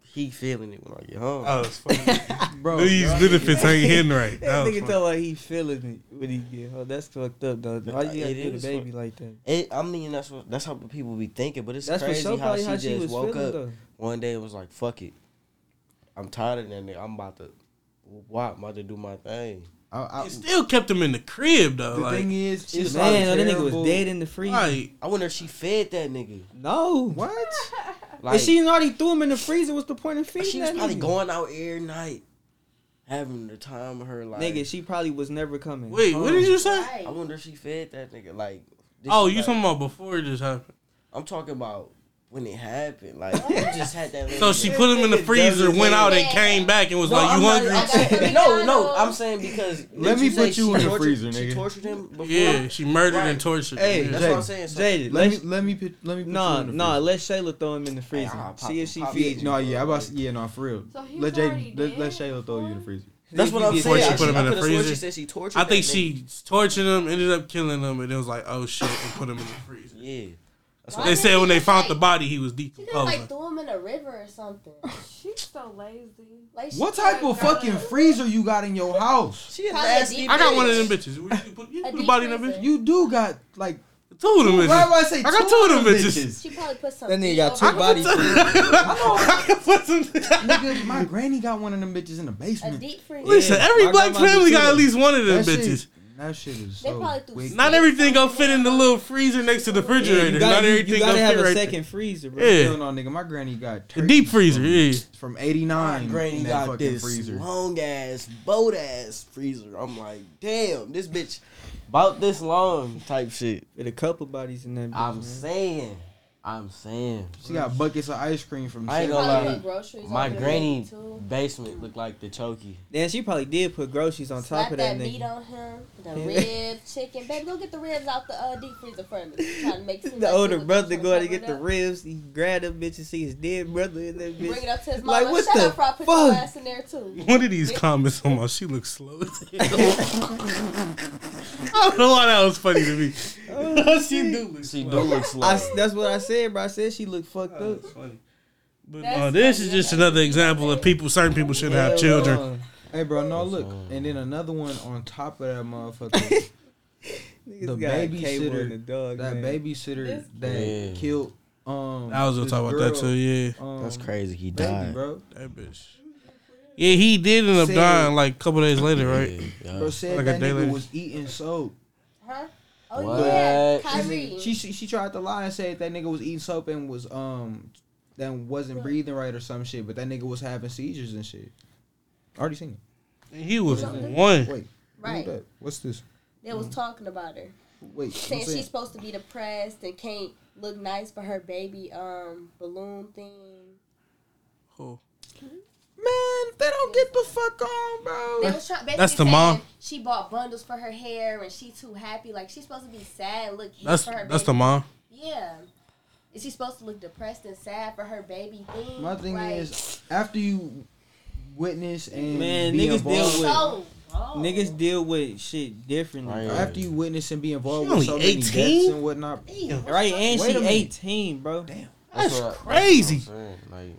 F: he feeling it when I get home.
D: it's funny.
E: bro.
D: These benefits ain't hitting right.
C: That
D: That was
C: nigga
D: funny.
C: tell her he feeling it when he get her. That's fucked up though. Why you gotta
F: It
C: do the
F: is
C: baby like that?
F: It, I mean, that's what that's how people be thinking, but it's
C: That's for
F: crazy
C: sure
F: how
C: probably
F: she
C: how
F: just
C: she was
F: woke
C: feeling
F: up
C: though.
F: one day and was like, "Fuck it, I'm tired of that nigga. I'm about to, why I'm about to do my thing."
E: I, I,
D: It still kept him in the crib though.
E: the
D: like,
E: thing is, it's not
C: Man, that nigga
E: terrible-
C: was dead in the freezer.
D: like,
F: I wonder if she fed that nigga.
C: No,
E: What?
F: Like
C: if she done already threw him in the freezer, what's the point of feeding
F: she was
C: that
F: probably
C: nigga?
F: going out every night, having the time of her life.
C: Nigga, she probably was never coming.
D: wait, what
C: home.
D: did you say?
J: Right.
F: I wonder if she fed that nigga. Like, did
D: Oh,
F: she,
D: you
F: like-
D: talking about before it just happened?
F: I'm talking about when it happened. Like, you just had that.
D: So
F: little-
D: she put him in the freezer, went out and came back and was
F: No,
D: like,
F: I'm
D: "You
F: not-
D: hungry?"
F: I'm saying- no, no, I'm saying because
E: Let
F: didn't
E: me
F: say
E: put you
F: she
E: in the
F: tortured-
E: freezer,
F: She
E: nigga.
F: tortured him before.
D: Yeah, she murdered
F: Right.
D: and tortured.
C: Hey,
D: him.
F: That's
D: yeah.
F: what I'm saying. So,
C: Jaded,
E: Let me
C: let's-
E: let me put let me put
C: Nah,
E: you in the
C: nah,
E: freezer.
C: let Shayla throw him in the freezer.
F: I'll pop-
C: See if she
F: pop
C: feeds
F: it.
C: you.
E: No, yeah, I about to, yeah, no, for real.
I: So he
E: Let
I: was already
E: Jaden, let, let
I: dead
E: Shayla throw you in the freezer.
F: that's what I'm
C: Before
F: saying.
C: she
F: I-
D: put him
F: I
D: in the
F: could've sworn She
D: freezer.
F: said she tortured.
D: I
F: that
D: think
F: nigga.
D: she tortured him, ended up killing him, and it was like, "Oh shit," and put him in the freezer.
F: Yeah. That's
J: Why
F: what
D: They
J: did
D: said when
J: she
D: they found
J: like-
D: the body, he was
J: She could have like
D: decomposing.
J: threw him in a river or something.
I: She's so lazy.
J: Like she
E: What
J: coulda
E: type of
J: got
E: fucking
J: a-
E: freezer you got in your house?
F: She a
J: Probably
F: nasty.
J: deep-
D: I got one of them bitches. You put, you
J: A
D: put the
J: deep
D: body in that
J: freezer.
D: bitch.
E: You do got like
D: Two of them
E: why would
D: bitches.
E: I say
D: I got two of them
J: She probably put some.
C: That nigga
J: meat
C: got two
J: over it.
C: bodies.
D: I can put some-
E: Nigga, my granny got one of them bitches in the
J: A
E: basement.
J: deep freezer.
D: Listen,
C: Yeah,
D: every
C: I
D: black
C: got mine
D: family
C: too.
D: got at least one of them
E: That
D: bitches.
E: shit, that shit is
J: They probably
E: so
J: threw
E: wicked.
J: snakes
D: Not everything go
J: in
D: fit
J: there.
D: in the little freezer next to the
C: Yeah,
D: refrigerator.
C: you
D: Not
C: gotta, you,
D: everything
C: you
D: go
C: gotta have
D: fit
C: a
D: right
C: second freezer, bro.
D: Yeah.
E: Hell no, nigga, my granny got
D: there. The deep
E: turkeys
D: freezer.
E: from,
D: Yeah.
E: from '89.
F: Granny
E: in that
F: got
E: fucking
F: this
E: freezer.
F: long ass, boat ass freezer. I'm like, damn, this bitch about this long type shit.
C: With a couple bodies in that bitch.
F: I'm
C: man.
F: saying, I'm saying.
E: She got buckets of ice cream from.
F: I ain't
E: Sam's.
F: gonna
J: Probably
F: lie.
J: put groceries
F: My
J: over it,
F: granny
J: too.
F: basement looked like the chokey.
C: Then she probably did put groceries on
J: Slap
C: top of
J: that
C: that,
J: meat
C: nigga.
J: on him. The
C: Yeah.
J: rib, chicken. Baby, go get the ribs out the uh, deep freezer for me. Trying to make
C: The older brother going to get the ribs. He grabbed that bitch and see his dead brother in that bitch.
J: Bring it up to his
C: Like,
J: mama.
C: what
J: Shut
C: the
J: up, or I'll put your
C: fuck?
J: ass in there too.
D: One of these comments on my she looks slow as hell. I don't know why that was funny to me.
C: Oh,
D: she do look
F: She do
D: slow.
F: look
C: I,
F: slow.
C: s- that's what I said, bro. I said she looked fucked
D: That
C: up.
D: was funny. But
J: That's
D: uh, this
J: funny.
D: is just another example of people. Certain people shouldn't have children.
E: Hey, bro, no, look, and then another one on top of that motherfucker. The
C: the babysitter,
E: babysitter-
C: and the dog,
E: that
C: man.
E: babysitter
J: This-
E: that
F: Yeah.
E: killed. Um,
D: I was gonna
E: this
D: talk about that
E: girl,
D: too. Yeah,
E: um,
F: That's crazy. He
E: Baby,
F: died.
E: bro.
D: that bitch. Yeah, he did end up
E: Said-
D: dying like a couple days later, right?
F: Yeah, yeah.
E: Bro said
D: Like a
E: that
D: day
E: nigga
D: later.
E: was eating soap.
J: Huh? Oh
F: What?
J: yeah,
F: This
J: Kyrie.
E: She, she she tried to lie and said that nigga was eating soap and was um then wasn't breathing right or some shit, but that nigga was having seizures and shit. Already seen
D: And he was
J: Mhm.
E: it.
D: one.
E: Wait,
J: right.
E: hold up. What's this?
J: They was talking about her,
E: Wait, I'm
J: saying she's
E: saying,
J: supposed to be depressed and can't look nice for her baby um balloon thing.
D: Oh.
E: man, they don't get the fuck on,
J: They
E: bro.
J: was trying. Basically
D: That's the
J: saying
D: mom.
J: She bought bundles for her hair and she too happy. Like she's supposed to be sad and look. hit
D: That's
J: for her
D: that's the
J: baby.
D: mom.
J: Yeah. Is she supposed to look depressed and sad for her baby thing?
E: My thing
J: Like,
E: is after you witness and
C: Man,
E: be
C: niggas
E: involved,
C: deal
J: so wrong.
C: Niggas deal with shit differently.
F: Right.
E: after you witness and be involved
D: She
E: with so
D: only
E: many
D: 18?
E: deaths and whatnot.
J: Damn.
C: Right, and
E: Wait a
C: she
E: minute.
C: 18, bro. Damn.
D: That's
F: what I- what
D: crazy.
F: I'm saying, like,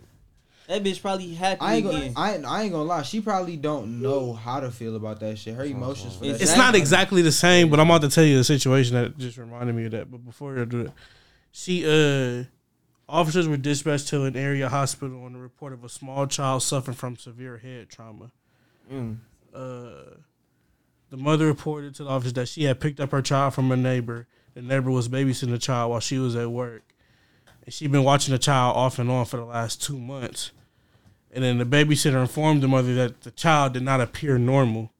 C: That bitch probably happy
E: I ain't gonna,
C: again.
E: I, ain't- I ain't gonna lie. She probably don't know how to feel about that shit. Her emotions for that.
C: Exactly.
D: It's not exactly the same, but I'm about to tell you a situation that just reminded me of that. But before I do that, she uh officers were dispatched to an area hospital on the report of a small child suffering from severe head trauma.
C: Mm.
D: Uh the mother reported to the office that she had picked up her child from a neighbor. The neighbor was babysitting the child while she was at work. And she'd been watching the child off and on for the last two months. and then the babysitter informed the mother that the child did not appear normal.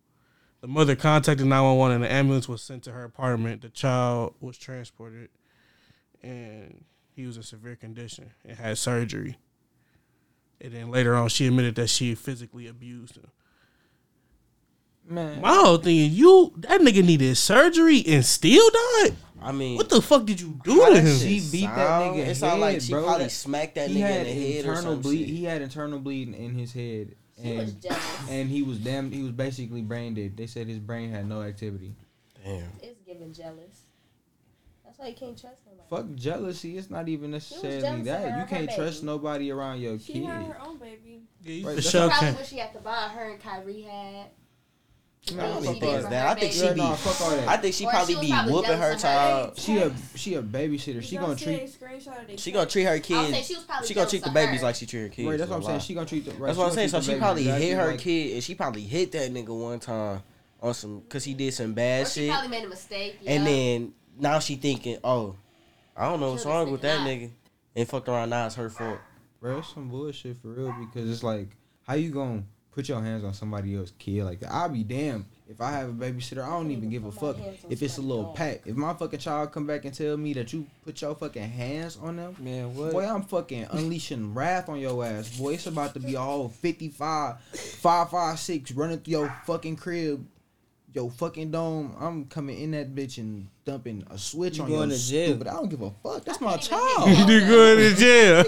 D: The mother contacted 911 and the ambulance was sent to her apartment. The child was transported and he was in severe condition and had surgery. And then later on, she admitted that she physically abused him.
E: Man.
D: My whole thing is, you, that nigga needed surgery and still died?
F: I mean,
D: What the fuck did you do to him?
E: She beat that
F: sound?
E: nigga
F: It sound like
E: head,
F: she
E: bro.
F: probably
E: That-
F: smacked that
E: he
F: nigga
E: had
F: in the head or
E: internal
F: some
E: bleed.
F: shit.
E: He had internal bleeding in his head,
J: She was
E: and
J: jealous.
E: and he was damn. He was basically brain dead. They said his brain had no activity.
F: Damn.
J: It's giving jealous. That's why you can't trust nobody.
E: Fuck jealousy. It's not even
J: jealous
E: necessarily
J: of
E: that.
J: her,
E: You
J: her
E: can't trust
J: baby.
E: nobody around your
I: She
E: kid.
I: had her own baby.
D: Yeah, you
E: Right,
D: for
E: that's
D: sure
J: Probably
D: can't.
J: what she had to buy her and Kyrie had.
E: Man,
J: What
F: I
J: she
F: don't
J: did
F: think
J: for
F: that.
J: her
F: I think
J: baby.
F: she
E: Yeah,
F: be.
E: nah, fuck all that.
F: I think she
J: Or
F: probably
J: was
F: be
J: probably
F: whooping her
J: jealous of
F: child.
E: She a she a babysitter. She
I: Y'all
E: gonna
I: see
E: treat.
I: that screenshot of they
F: She gonna
I: text?
F: treat her
J: I would say
F: kids.
J: she was probably
F: She gonna
J: jealous
F: treat the
J: of
F: babies
J: her.
F: like she treat her kids.
E: Right, that's
F: a
E: what I'm saying.
F: lot.
E: She gonna treat. The, right,
F: That's
E: she
F: what I'm
E: gonna
F: saying.
E: treat
F: So
E: the
F: she
E: baby
F: probably
E: exactly
F: hit her
E: like-
F: kid, and she probably hit that nigga one time on some because he did some
J: Or
F: bad
J: she
F: shit,
J: probably made a mistake. Yeah.
F: and then now she thinking, oh, I don't know what's
J: Kill this
F: wrong with
J: nigga
F: that
J: now.
F: nigga, and fucked around. Now it's her fault.
E: Bro, it's some bullshit for real because it's like, how you gonna put your hands on somebody else's kid like that? I'll be damned if I have a babysitter. I don't even give a fuck if it's a little pat. If my fucking child come back and tell me that you put your fucking hands on them,
C: Man, what?
E: boy, I'm fucking unleashing wrath on your ass, boy. It's about to be a whole 55, 556 running through your fucking crib. Yo, fucking dome! I'm coming in that bitch and dumping a switch
C: You
E: on
C: going
E: your
C: to jail.
E: stupid. I don't give a fuck. That's my
J: I can't even
E: child.
J: hit
D: You did go to jail.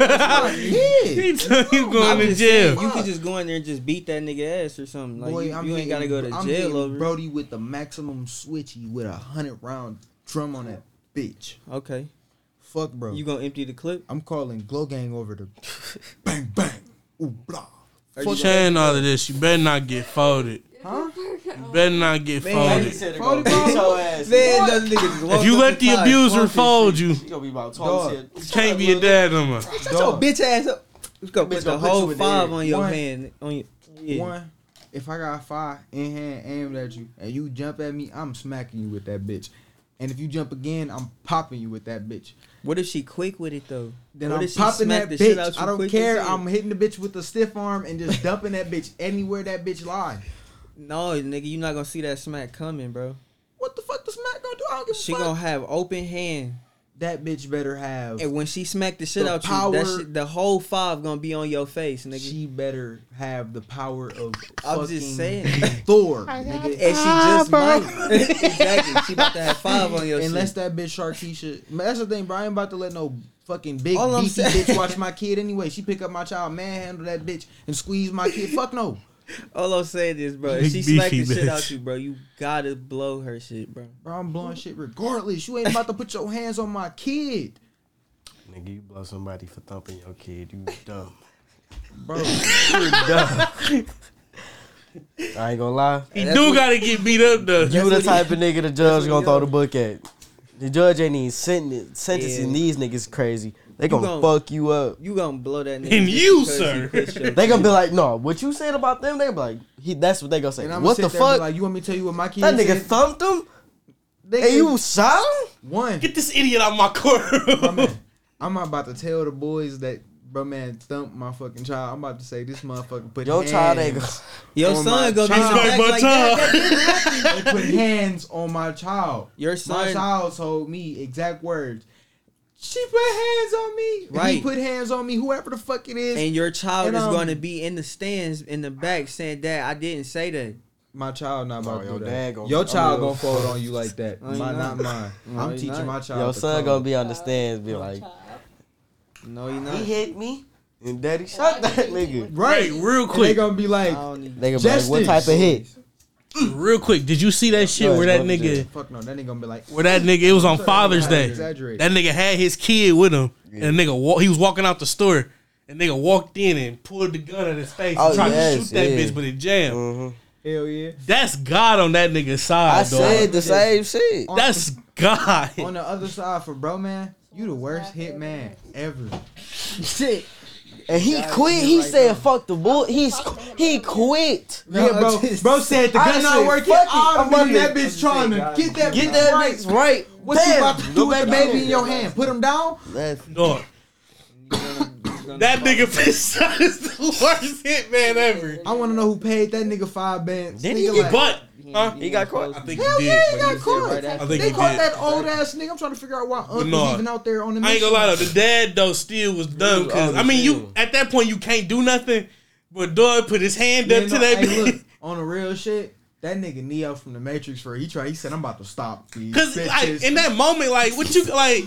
E: Yeah.
D: he told you
C: I'm
D: going to
C: just saying,
D: jail.
C: you could just go in there and just beat that nigga ass or something. Like
E: Boy,
C: you,
E: I'm
C: you ain't gotta go to
E: hitting- I'm
C: jail
E: hitting
C: over. it.
E: Brody with the maximum switchy with a hundred round drum on that bitch.
C: Okay,
E: Fuck, bro.
C: you gonna empty the clip?
E: I'm calling Glow Gang over to bang bang. Ooh blah.
D: Fuck saying all of this. You better not get folded.
E: Huh?
D: You better not get folded.
F: said
E: Fold it, bro.
C: Man, those niggas
D: If you let the abuser fold you, you
F: She gonna be about
E: Dog.
F: twelve.
D: can't be a dad no more.
C: Shut your bitch ass up. You gonna
F: Bitch
C: put
F: gonna
C: the
F: put you
C: whole
F: in
C: five
F: there.
C: on your
E: One.
C: hand. On your yeah.
E: One. If I got five in hand aimed at you and you jump at me, I'm smacking you with that bitch. And if you jump again, I'm popping you with that bitch.
C: What if she quick with it though?
E: Then
C: what
E: I'm
C: if she
E: popping
C: smack the
E: that
C: shit
E: bitch.
C: out you
E: I don't
C: quick
E: care.
C: as hell?
E: I'm hitting the bitch with a stiff arm and just dumping that bitch anywhere that bitch lies.
C: No, nigga, you not gonna see that smack coming, bro.
E: What the fuck the smack gonna do? I don't give a
C: She
E: fuck.
C: gonna have open hand,
E: that bitch better have.
C: and when she smack the shit
E: The
C: out you, that
E: power-
C: shit, the whole five gonna be on your face, nigga.
E: She better have the power of
C: I'm
E: fucking
C: just saying.
E: Thor,
C: and
E: nigga.
C: she
E: Ah,
C: just might. exactly. She about to have five on your
E: Unless
C: shit.
E: that bitch Sharkeisha, man, that's the thing. Brian about to let no fucking big
C: All I'm
E: beefy
C: saying-
E: bitch watch my kid anyway. She pick up my child, manhandle that bitch, and squeeze my kid. Fuck no.
C: All I'm saying is, bro, if she
D: Big
C: smack the
D: beefy
C: shit
D: bitch.
C: out you, bro, you gotta blow her shit, bro.
E: Bro, I'm blowing shit regardless. You ain't about to put your hands on my kid,
F: Nigga, you blow somebody for thumping your kid. You dumb.
E: bro.
F: I ain't gonna lie.
D: He do gotta get beat up though.
F: You the type of nigga the judge
C: what
F: gonna
C: he
F: throw
C: does.
F: the book at. The judge ain't even sentencing, sentencing
C: Yeah.
F: these niggas crazy. They gonna,
C: gonna-
F: fuck you up.
C: You gonna blow that nigga.
D: And
C: just
D: you,
C: because he
D: sir.
C: pushed your-
F: They gonna be like, no, what you said about them, they be like, he, that's what they gonna say.
E: And I'm
F: What the fuck?
E: Like, you want me to tell you what my kid?
F: that nigga
E: said?
F: thumped him
E: Nigga,
F: and you shot him?
E: one.
D: Get this idiot out of my
E: my
D: courtroom.
E: man, I'm about to tell the boys that, bro, man, thump my fucking child. I'm about to say this motherfucker put
F: Your
E: hands,
F: child ain't gonna.
C: Your
E: Oh my
C: son gonna be
E: child.
C: back
D: My
C: like that.
E: they put hands on my child.
C: Your
E: My
C: son,
E: child told me exact words. She put hands on me. Right. He
C: Right.
E: put hands on me. Whoever the fuck it is,
C: and your child
E: And,
C: is
E: um,
C: going to be in the stands in the back saying, "Dad, I didn't say that."
E: my child not about
F: No,
E: to
F: your
E: do that.
F: dad gonna-
E: your child
F: I'm
E: gonna fold on you like that.
C: No, he
E: My,
C: not.
E: not mine.
C: No,
E: I'm
C: he
E: teaching
C: not.
E: my child.
F: Your
E: to
F: son
E: code.
F: gonna be on the stands, be like,
C: No, you
F: he
C: not.
F: hit me and daddy shot that nigga.
E: right.
D: Hey, real
E: And they
D: quick,
E: gonna be
C: I
E: like,
C: don't need.
F: They gonna be like, what
E: Justice.
F: type of hit?
D: real quick. Did you see that shit
F: Go
D: where that
F: ahead, go
D: nigga,
F: ahead.
E: fuck no. Then they gonna be like,
D: where that nigga? It was on Father's Day.
E: Exaggerate.
D: That nigga had his kid with him, and the nigga wa- he was walking out the store, and nigga walked in and pulled the gun at his face,
F: Oh,
D: and tried to
F: yes,
D: shoot that
F: yeah.
D: bitch, but it jammed.
F: hmm
E: Mm-hmm. Hell yeah.
D: That's God on that nigga's side,
F: I
D: dog.
F: said the same shit.
D: That's God.
E: on the other side for bro man, you the worst hit man ever. Shit.
F: And he quit. He said, "Fuck the bull." He's he quit.
E: yeah, bro. Bro said the
F: I
E: gun not
F: said,
E: working.
F: fuck it,
E: I'm
F: I'm
E: in
F: under
E: that
F: it.
E: bitch trying to get that
F: Get
E: bitch
F: that
E: right.
F: bitch right.
E: What you about to do with that baby in your hand? Put him down?
F: That's
D: Dog.
E: gonna
D: That nigga pissed out is the worst hitman ever.
E: I want to know who paid that nigga five bands.
F: Did
E: Nigga,
F: he?
E: like-
D: But huh?
F: He got caught.
D: I think
E: Hell
D: he
E: yeah, he
D: did. but
E: got
C: you said
E: caught.
C: right after.
D: I think
E: they
D: he
E: caught
D: did.
E: that old ass nigga. I'm trying to figure out why Unc
D: no.
E: was even out there on the mission.
D: I ain't gonna lie though, the dad though still was dumb
F: was
D: because I mean you
F: understandable.
D: at that point you can't do nothing. But dog put his hand up
E: Man,
D: to
E: no,
D: that
E: hey,
D: bitch.
E: look, on the real shit, that nigga Neo from the Matrix for he tried. He said, "I'm about to stop these
D: Cause
E: bitches."
D: like in that moment, like what you like,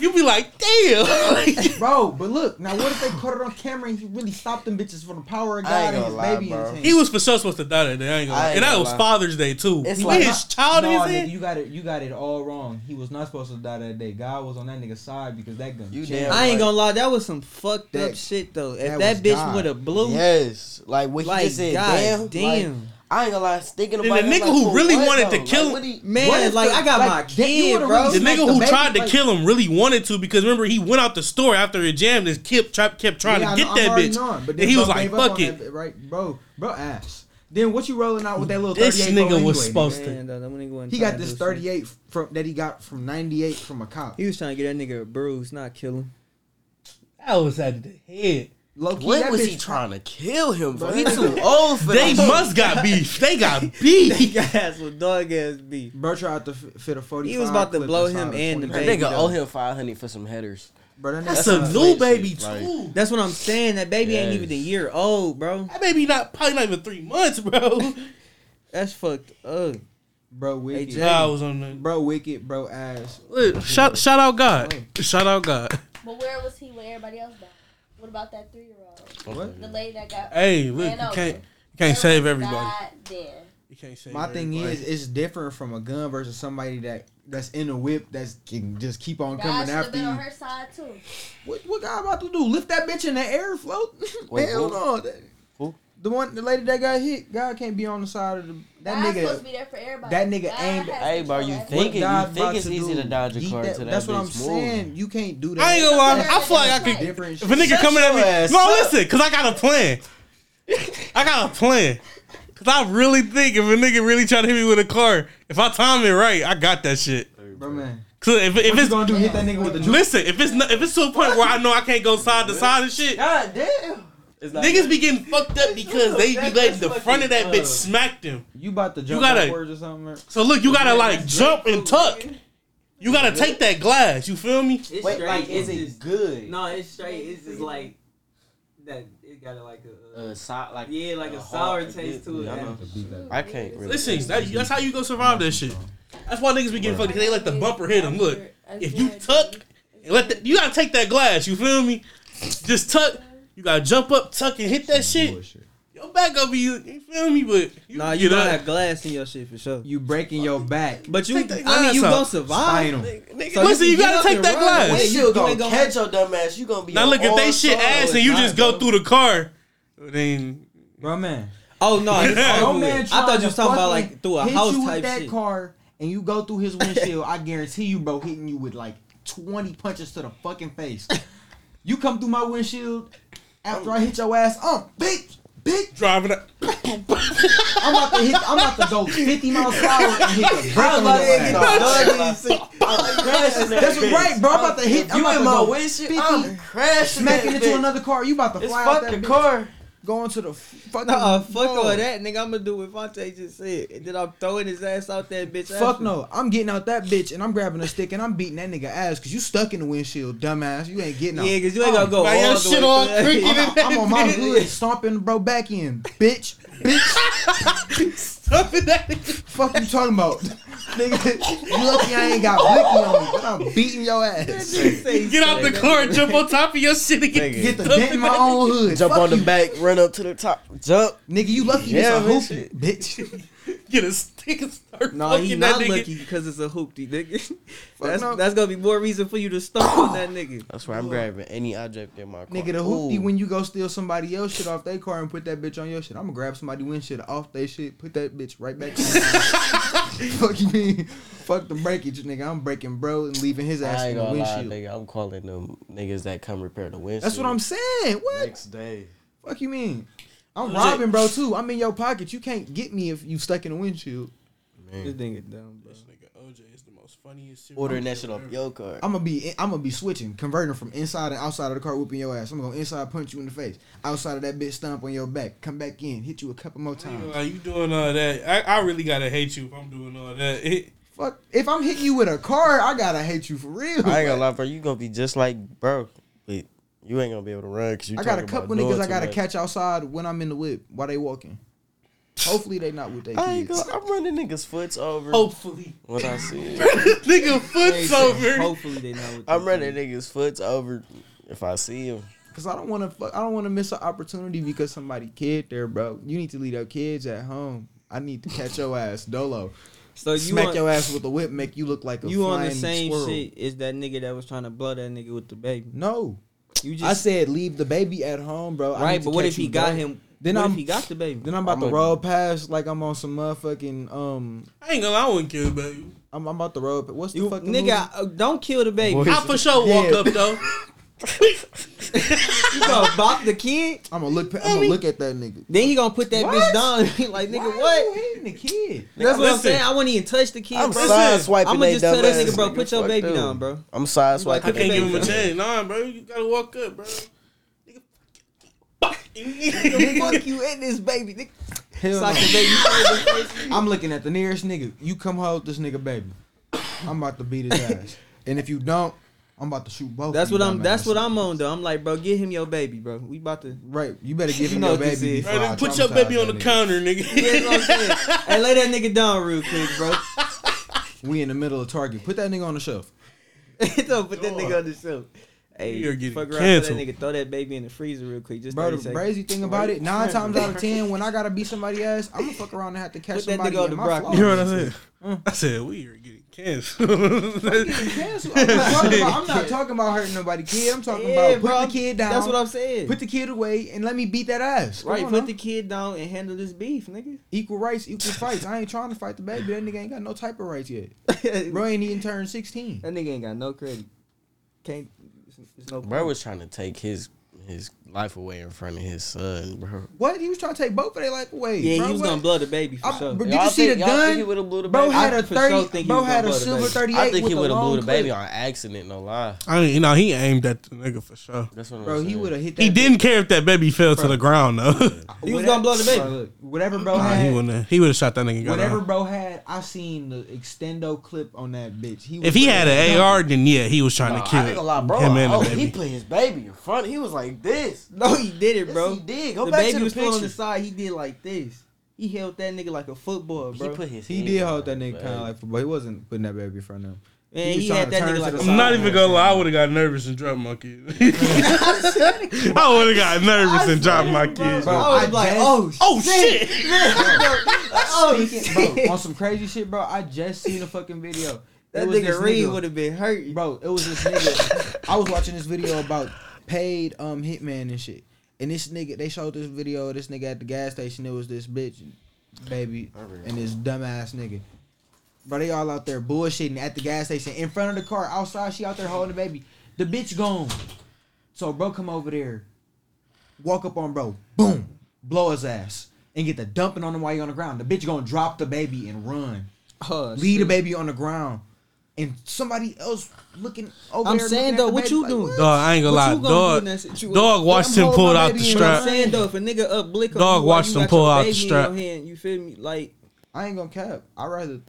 D: you be like, damn. Like,
E: Bro, but look now. What if they caught it on camera and he really stopped them bitches for the power of
F: I
E: God
F: ain't
E: and
F: gonna
E: his
F: lie,
E: baby
F: bro.
E: in his
D: he
E: hand?
D: was for sure supposed to die that day. I ain't gonna
F: I
D: lie.
F: ain't
D: and that
F: gonna
D: was
F: lie.
D: Father's Day too.
F: It's
D: He
F: like-
D: his child
E: Nah,
D: is
E: nigga,
D: in.
E: you got it. You got it all wrong. He was not supposed to die that day. God was on that nigga's side because that gun.
F: You
E: jammed.
F: damn
C: I ain't gonna lie, that was some fucked up
E: That-
C: shit though. If
E: that
C: that,
E: was
C: bitch
E: God.
C: would have blew,
F: Yes, like what he
C: like
F: just said.
C: God
F: damn,
C: damn,
F: damn. I ain't gonna lie. Thinking
D: And the
F: about it, I'm
D: nigga
F: like,
D: who
F: for
D: really
F: what,
D: wanted to
F: though?
D: kill him-
F: What he-
C: man,
E: What if
C: like
E: the-
C: I got
E: like,
C: my
E: that- you
C: kid,
E: would've
C: bro.
D: The
E: It's like
D: nigga
E: the
D: who
E: baby,
D: tried to
E: like-
D: kill him really wanted to because remember he went out the store after it jammed and kept tri- kept trying
E: Yeah, I know,
D: to get
E: I'm
D: that
E: already
D: bitch.
E: knowing, but
D: and
E: then
D: he
E: bro
D: was like,
E: gave up
D: fuck
E: on
D: it.
E: that, right, bro, bro, ass. Then what you rolling out with that little
D: This
E: 38 bro
D: nigga was
E: anyway,
D: supposed
E: nigga?
C: Man, though, that nigga wasn't
E: He
C: trying
E: got
C: to
E: this
C: do shit.
E: 38 from that he got from 98 from a cop.
C: He was trying to get that nigga a bruise, not kill him.
D: That was out of the head.
E: Low key,
F: What
E: that
F: was
E: bitch-
F: he trying to kill him for?
E: Bro,
F: He
E: that
F: too old for
D: They
F: that.
D: must got beef. They got
C: He
D: beef.
C: got ass with dog ass beef.
E: Bro tried to f- fit a 40.
C: He was about to blow him and the
F: That
C: baby,
F: nigga
C: though.
F: owe him five hundred for some headers.
E: Bro, that
D: That's
E: nigga-
D: a
F: some
D: new
F: slave
D: baby
F: shit, like-
D: too.
C: That's what I'm saying. That baby ain't
F: Yes.
C: even a year old, bro.
D: That baby not probably not even three months, bro.
C: That's fucked up.
E: bro
C: Hey,
E: wicked.
C: Jay. Nah, I
D: was on the.
E: Bro wicked, bro ass.
D: Look, shout shout out God. Shout out God.
J: But where was he when everybody else died? What about that three year old?
E: What?
J: The lady that got
D: Hey, look,
J: ran
D: you
J: over.
D: can't you can't save everybody.
J: Died then.
D: You can't save.
E: My thing
D: everybody.
E: is, it's different from a gun versus somebody that that's in a whip that's can just keep on
J: God
E: coming
J: should have
E: after
J: been on
E: you.
J: her side too.
E: What, what guy about to do? Lift that bitch in the air, float?
F: Wait,
E: Hell
F: who?
E: no. That-
F: Who?
E: The one, the lady that got hit. God can't be on the side of the that
J: God's
E: nigga.
J: supposed to be there for everybody.
E: that nigga
J: God
E: aimed-
J: has
F: Hey, bro,
J: control
F: you
J: of
F: think it?
E: What God
F: You think
E: about
F: it's
E: to
F: easy
E: do?
F: to dodge a
E: He-
F: car
E: that-
F: until that
E: That's what
F: bitch
E: I'm
F: move.
E: saying. You can't do that.
D: I ain't gonna lie. I feel like I
E: That's
D: could.
E: different.
D: If a nigga
F: Shut
D: coming at
F: your ass
D: me, no,
F: up.
D: listen, cause I got a plan. I got a plan. Cause I really think if a nigga really try to hit me with a car, if I time it right, I got that shit.
E: Bro, man.
D: Cause if, if
E: What you
D: it's
E: gonna do? Hit that nigga with the juke?
D: listen, if it's not, if it's to a point where I know I can't go side to side and shit,
C: God damn.
F: It's like-
D: niggas be getting fucked up because they be letting the front of that bitch smack them.
E: You about to jump
D: gotta-
E: backwards or something? man?
D: So look, you gotta like jump and tuck. You gotta take that glass. You feel me?
C: It's
F: Wait,
C: straight.
F: like, is
C: it's
F: it
C: just-
F: good?
C: No, it's straight. It's just like that. It got a, like a.
F: Uh,
C: Uh,
F: so- like,
C: yeah, like a
F: hard-
C: sour taste to it.
F: I know. I can't really.
D: Listen, that, that's how you go survive that shit. That's why niggas be getting fucked. 'cause They let the bumper hit them. Look, if you tuck and let the, you gotta take that glass. You feel me? Just tuck. You gotta jump up, tuck, and hit that shit. Your back gonna be. You feel me? But you
C: Nah, you
D: get
C: don't
D: up.
C: have glass in your shit for sure.
E: You breaking your back.
C: But you,
D: Take that
C: I mean, you
D: glass out.
C: gonna survive.
E: Spinal.
C: So
D: Listen,
C: can
D: you
C: get
D: gotta
C: up
D: take
C: and
D: that
C: run
D: glass.
C: away.
F: When you gonna
C: ain't
F: catch your dumb ass, you gonna be.
D: Now
F: on
D: look, if
F: all
D: they shit
F: sides.
D: ass and you
E: not,
D: just go
E: bro.
D: through the car, then
E: Bro, man.
C: Oh no, it's
D: Your
C: over with. I thought you was talking about like through a
E: hit
C: house
E: you
C: type
E: with that
C: shit.
E: car and you go through his windshield. I guarantee you, bro, hitting you with like 20 punches to the fucking face. you come through my windshield after I hit your ass. Oh, bitch, bitch.
D: driving. Up.
E: I'm about to hit. I'm about to go 50 miles per hour and hit the brake on your ass.
F: crashing that
E: That's
F: bitch.
E: right, bro. I'm about to hit.
F: If
E: I'm
F: you
E: about
F: in
E: to
F: my
E: go
F: windshield,
E: 50,
F: I'm crashing
E: smacking
F: that
E: into
F: bitch.
E: another car. You about to
F: It's
E: fly out
F: fuck
E: that
F: the
E: bitch.
F: car.
E: Going to the fucking.
C: Nah, fuck
E: no.
C: all that, nigga. I'm gonna do what Fonte just said, and then I'm throwing his ass out that bitch.
E: Fuck
C: after.
E: no. I'm getting out that bitch and I'm grabbing a stick and I'm beating that nigga ass because you stuck in the windshield, dumbass. You ain't getting out.
C: Yeah, cause you ain't gonna go
D: Man, your
C: all the
D: shit all
C: way. through that
D: crooked.
E: I'm, I'm on my hood stomping the bro back in, bitch.
D: Something that
E: Fuck you talking about, nigga. You lucky I ain't got blicky on me, but I'm beating your ass.
C: bitch. Say
D: get out the
C: something.
D: car, jump on top of your shit and get,
F: Nigga.
E: Get the
D: stuck
E: dent in my own hood.
F: Jump
E: Fuck
F: on the
E: you.
F: back, run up to the top, jump.
E: nigga. You lucky
F: Yeah,
E: this a
F: man,
E: hoop, bitch.
D: get a stick and start
C: No,
D: fucking
C: he
D: that
C: not
D: nigga.
C: lucky because it's a hoopty, nigga. that's
E: no.
C: that's gonna be more reason for you to stomp on that nigga.
F: That's why I'm grabbing any object in my car.
E: Nigga, the hoopty when you go steal somebody else shit off their car and put that bitch on your shit. I'm gonna grab somebody windshield off their shit, put that bitch right back. on. Fuck you mean? Fuck the breakage, nigga. I'm breaking bro and leaving his ass
F: I
E: in
F: ain't
E: the
F: gonna lie,
E: windshield.
F: nigga. I'm calling them niggas that come repair the windshield.
E: That's what I'm saying. What?
F: Next day.
E: Fuck you mean? I'm
D: Legit.
E: robbing, bro, too. I'm in your pocket. You can't get me if you stuck in the windshield.
C: This
F: man.
C: nigga dumb, bro.
D: This nigga OJ is the most funniest. serial
F: Ordering that shit
D: killer
F: off
D: ever.
F: your card.
E: I'm gonna be I'm gonna be switching, converting from inside and outside of the car, whooping your ass. I'm gonna go inside, punch you in the face, outside of that bitch, stomp on your back, come back in, hit you a couple more times.
D: Nigga, Like you doing all that? I, I really gotta hate you if I'm doing all that. It,
E: Fuck, if I'm hitting you with a car, I gotta hate you for real.
F: I ain't gonna lie, bro. You gonna be just like bro, but you ain't gonna be able to run because you.
E: I got a
F: talking
E: couple
F: about doing
E: niggas I
F: too
E: gotta
F: much.
E: catch outside when I'm in the whip while they walking. Hopefully they not with their
F: I ain't
E: kids.
F: gonna, I'm running niggas' foots over
D: hopefully,
F: when I see it.
D: nigga, foot's over.
C: Hopefully they know what
F: I'm
C: they
F: running
C: doing.
F: niggas' foots over if I see him.
E: Cause I don't wanna fuck, I don't wanna miss an opportunity because somebody kid there, bro. You need to leave your kids at home. I need to catch your ass, Dolo.
C: So you
E: Smack
C: on,
E: your ass with a whip, make you look like a
C: you on the
E: flying
C: same
E: squirrel.
C: shit as that nigga that was trying to blow that nigga with the baby.
E: No,
C: You just
E: I said leave the baby at home, bro. I need
C: right,
E: to
C: but what
E: catch
C: if he
E: you,
C: got
E: bro.
C: him?
E: Then
C: Then what
E: I'm-
C: if he got the baby.
E: Then I'm about
F: I'm
E: to
F: a-
E: roll past like I'm on some motherfucking um.
D: I ain't gonna. lie, I wouldn't kill baby.
E: I'm, I'm about to roll. pa- What's the
C: you
E: fucking
C: nigga, uh, don't kill the baby.
D: I for sure
E: Yeah.
D: walk up though.
C: You gonna bop the kid,
E: I'm gonna look. pa- I'm gonna look at that nigga.
C: then he gonna put that
E: What?
C: bitch down. and be like nigga,
E: Why
C: what?
E: You hitting the kid.
C: That's what I'm
D: Listen.
C: saying. I wouldn't even touch the kid.
F: I'm
C: bro.
F: side swiping
C: I'ma
F: that
C: just tell
F: dumb
C: that
F: ass
C: nigga, bro, put your
F: Fuck
C: baby
F: them.
C: down, bro.
F: I'm side
C: like,
D: I
F: swiping.
D: can't
C: baby.
D: give him a chance. Nah, bro, you gotta walk up, bro. Nigga, fuck you. Fuck you.
C: Fuck you and this baby. Nigga.
E: Hell
C: Sock the
E: no.
C: baby. first.
E: I'm looking at the nearest nigga. You come hold this nigga baby. I'm about to beat his ass. and if you don't, I'm about to shoot both.
C: That's
E: of you
C: what I'm. That's
E: dumbasses.
C: what I'm on though. I'm like, bro, get him your baby, bro. We about to.
E: Right. You better give
C: You
E: him
C: know
E: your
C: what this
E: baby.
C: is.
D: Bro,
E: before I
D: then put your
E: traumatize
D: baby on the
E: that nigga.
D: counter,
C: You know what
D: nigga.
C: I'm saying? hey, lay that nigga down real quick, bro.
E: We in the middle of Target. Put that nigga on the shelf.
C: Don't put that nigga on the shelf. Hey,
D: We are getting
C: fuck around, tell that
D: canceled.
C: nigga throw that baby in the freezer real quick. Just
E: Bro,
C: 30
E: the
C: seconds.
E: crazy thing about it, nine times out of ten, when I gotta beat somebody ass, I'm gonna fuck around and have to catch
C: Put that
E: somebody
C: nigga on
E: in
C: the
E: my
C: broccoli.
E: flaws.
D: You know what I said? I said we are getting canceled.
E: Cancel. I'm, not talking about, I'm not talking about hurting nobody, kid. I'm talking
C: Yeah,
E: about put
C: bro,
E: the kid down.
C: That's what I'm saying.
E: Put the kid away and let me beat that ass. Come
C: right,
E: on
C: put
E: now.
C: the kid down and handle this beef, nigga.
E: equal rights, equal fights. I ain't trying to fight the baby. That nigga ain't got no type of rights yet. Bro ain't even turned 16.
C: That nigga ain't got no credit. Can't. There's no.
F: Bro was trying to take his his life away in front of his son, bro.
E: What? He was trying to take both of their life away.
C: yeah,
E: bro,
C: he was
E: what?
C: gonna blow the baby for
E: I-
C: sure.
E: bro,
C: Bro,
E: did you
F: Y'all
E: see
F: think-
E: the
F: y'all think
E: gun?
F: he would've blew the
E: bro
F: baby?
E: had
C: I
E: a
C: for
E: 30.
C: sure think he
E: bro
C: was
E: had
C: gonna
E: a
C: blow the
E: silver
C: baby.
E: 38
F: I think
E: with
F: he
E: a
F: would have
E: long
F: blew the baby
E: clip.
F: on accident, no lie.
D: I ain't, no, he aimed at the nigga for sure.
F: That's what
E: Bro,
F: I'm
E: he
F: saying.
E: would have hit that.
D: He didn't care if that baby fell to the ground though.
C: He was gonna blow the baby.
E: Bro, look, whatever bro
D: Nah, he
E: had.
D: wouldn't. Have, he would have shot that nigga. gun
E: Whatever
D: out.
E: bro had, I seen the extendo clip on that bitch. He was
D: If he had
E: ready to
D: an
E: go.
D: AR, then yeah, he was trying to kill
F: I ain't gonna lie, bro.
D: him and
F: oh,
D: the baby.
F: he put his baby in front. He was like this.
C: No, he did it,
F: Yes,
C: bro.
F: he did. Go
C: the
F: back
C: baby
F: to the
C: was still on the
F: picture.
C: side. He did like this. He held that nigga like a football, bro.
F: He put his.
E: He
F: head
E: did
F: on
E: hold that
F: his
E: nigga kind
F: baby.
E: of like, but he wasn't putting that baby in front of him.
C: Man,
E: was
C: he
E: trying
C: had
E: to
C: that
E: turn
C: nigga
E: to
C: like
E: the
C: a
E: side.
D: I'm not even gonna lie. I
E: Yeah.
D: would have got nervous and dropped my kid. I would have got nervous and dropped my kid.
E: Bro,
C: I was
E: I
C: like,
E: just-
C: oh,
D: Oh shit!
C: oh,
E: bro,
C: shit.
E: on some crazy shit, bro. I just seen a fucking video.
C: That
E: It was this
C: nigga Reed would have been hurt,
E: bro. It was this nigga. I was watching this video about paid um hitman and shit. And this nigga, they showed this video of this nigga at the gas station. It was this bitch, baby, and this dumbass nigga. Bro, they all out there bullshitting at the gas station in front of the car outside. She out there holding the baby. The bitch gone. So bro, come over there, walk up on bro, boom, blow his ass, and get the dumping on him while he on the ground. The bitch gonna drop the baby and run
C: Oh,
E: leave the
C: shit.
E: baby on the ground, and somebody else looking over.
C: I'm
E: there
C: saying,
E: looking at
C: though,
E: the
C: what
E: baby
C: you
E: like,
C: doing?
E: what?
D: Dog, I ain't gonna
C: What
D: lie.
C: you gonna do in
D: Dog,
C: that situation?
D: dog
E: I'm
D: watched him pull
E: holding
D: out
E: my
D: the
E: baby in
C: But I'm
D: strap.
C: saying though, if a nigga up blick on
D: Dog
C: you while
D: watched
C: you
D: him
C: got
D: pull
C: your
D: out the
C: baby in
D: strap.
C: your hand, you feel me? Like,
E: I ain't gonna cap. I'd rather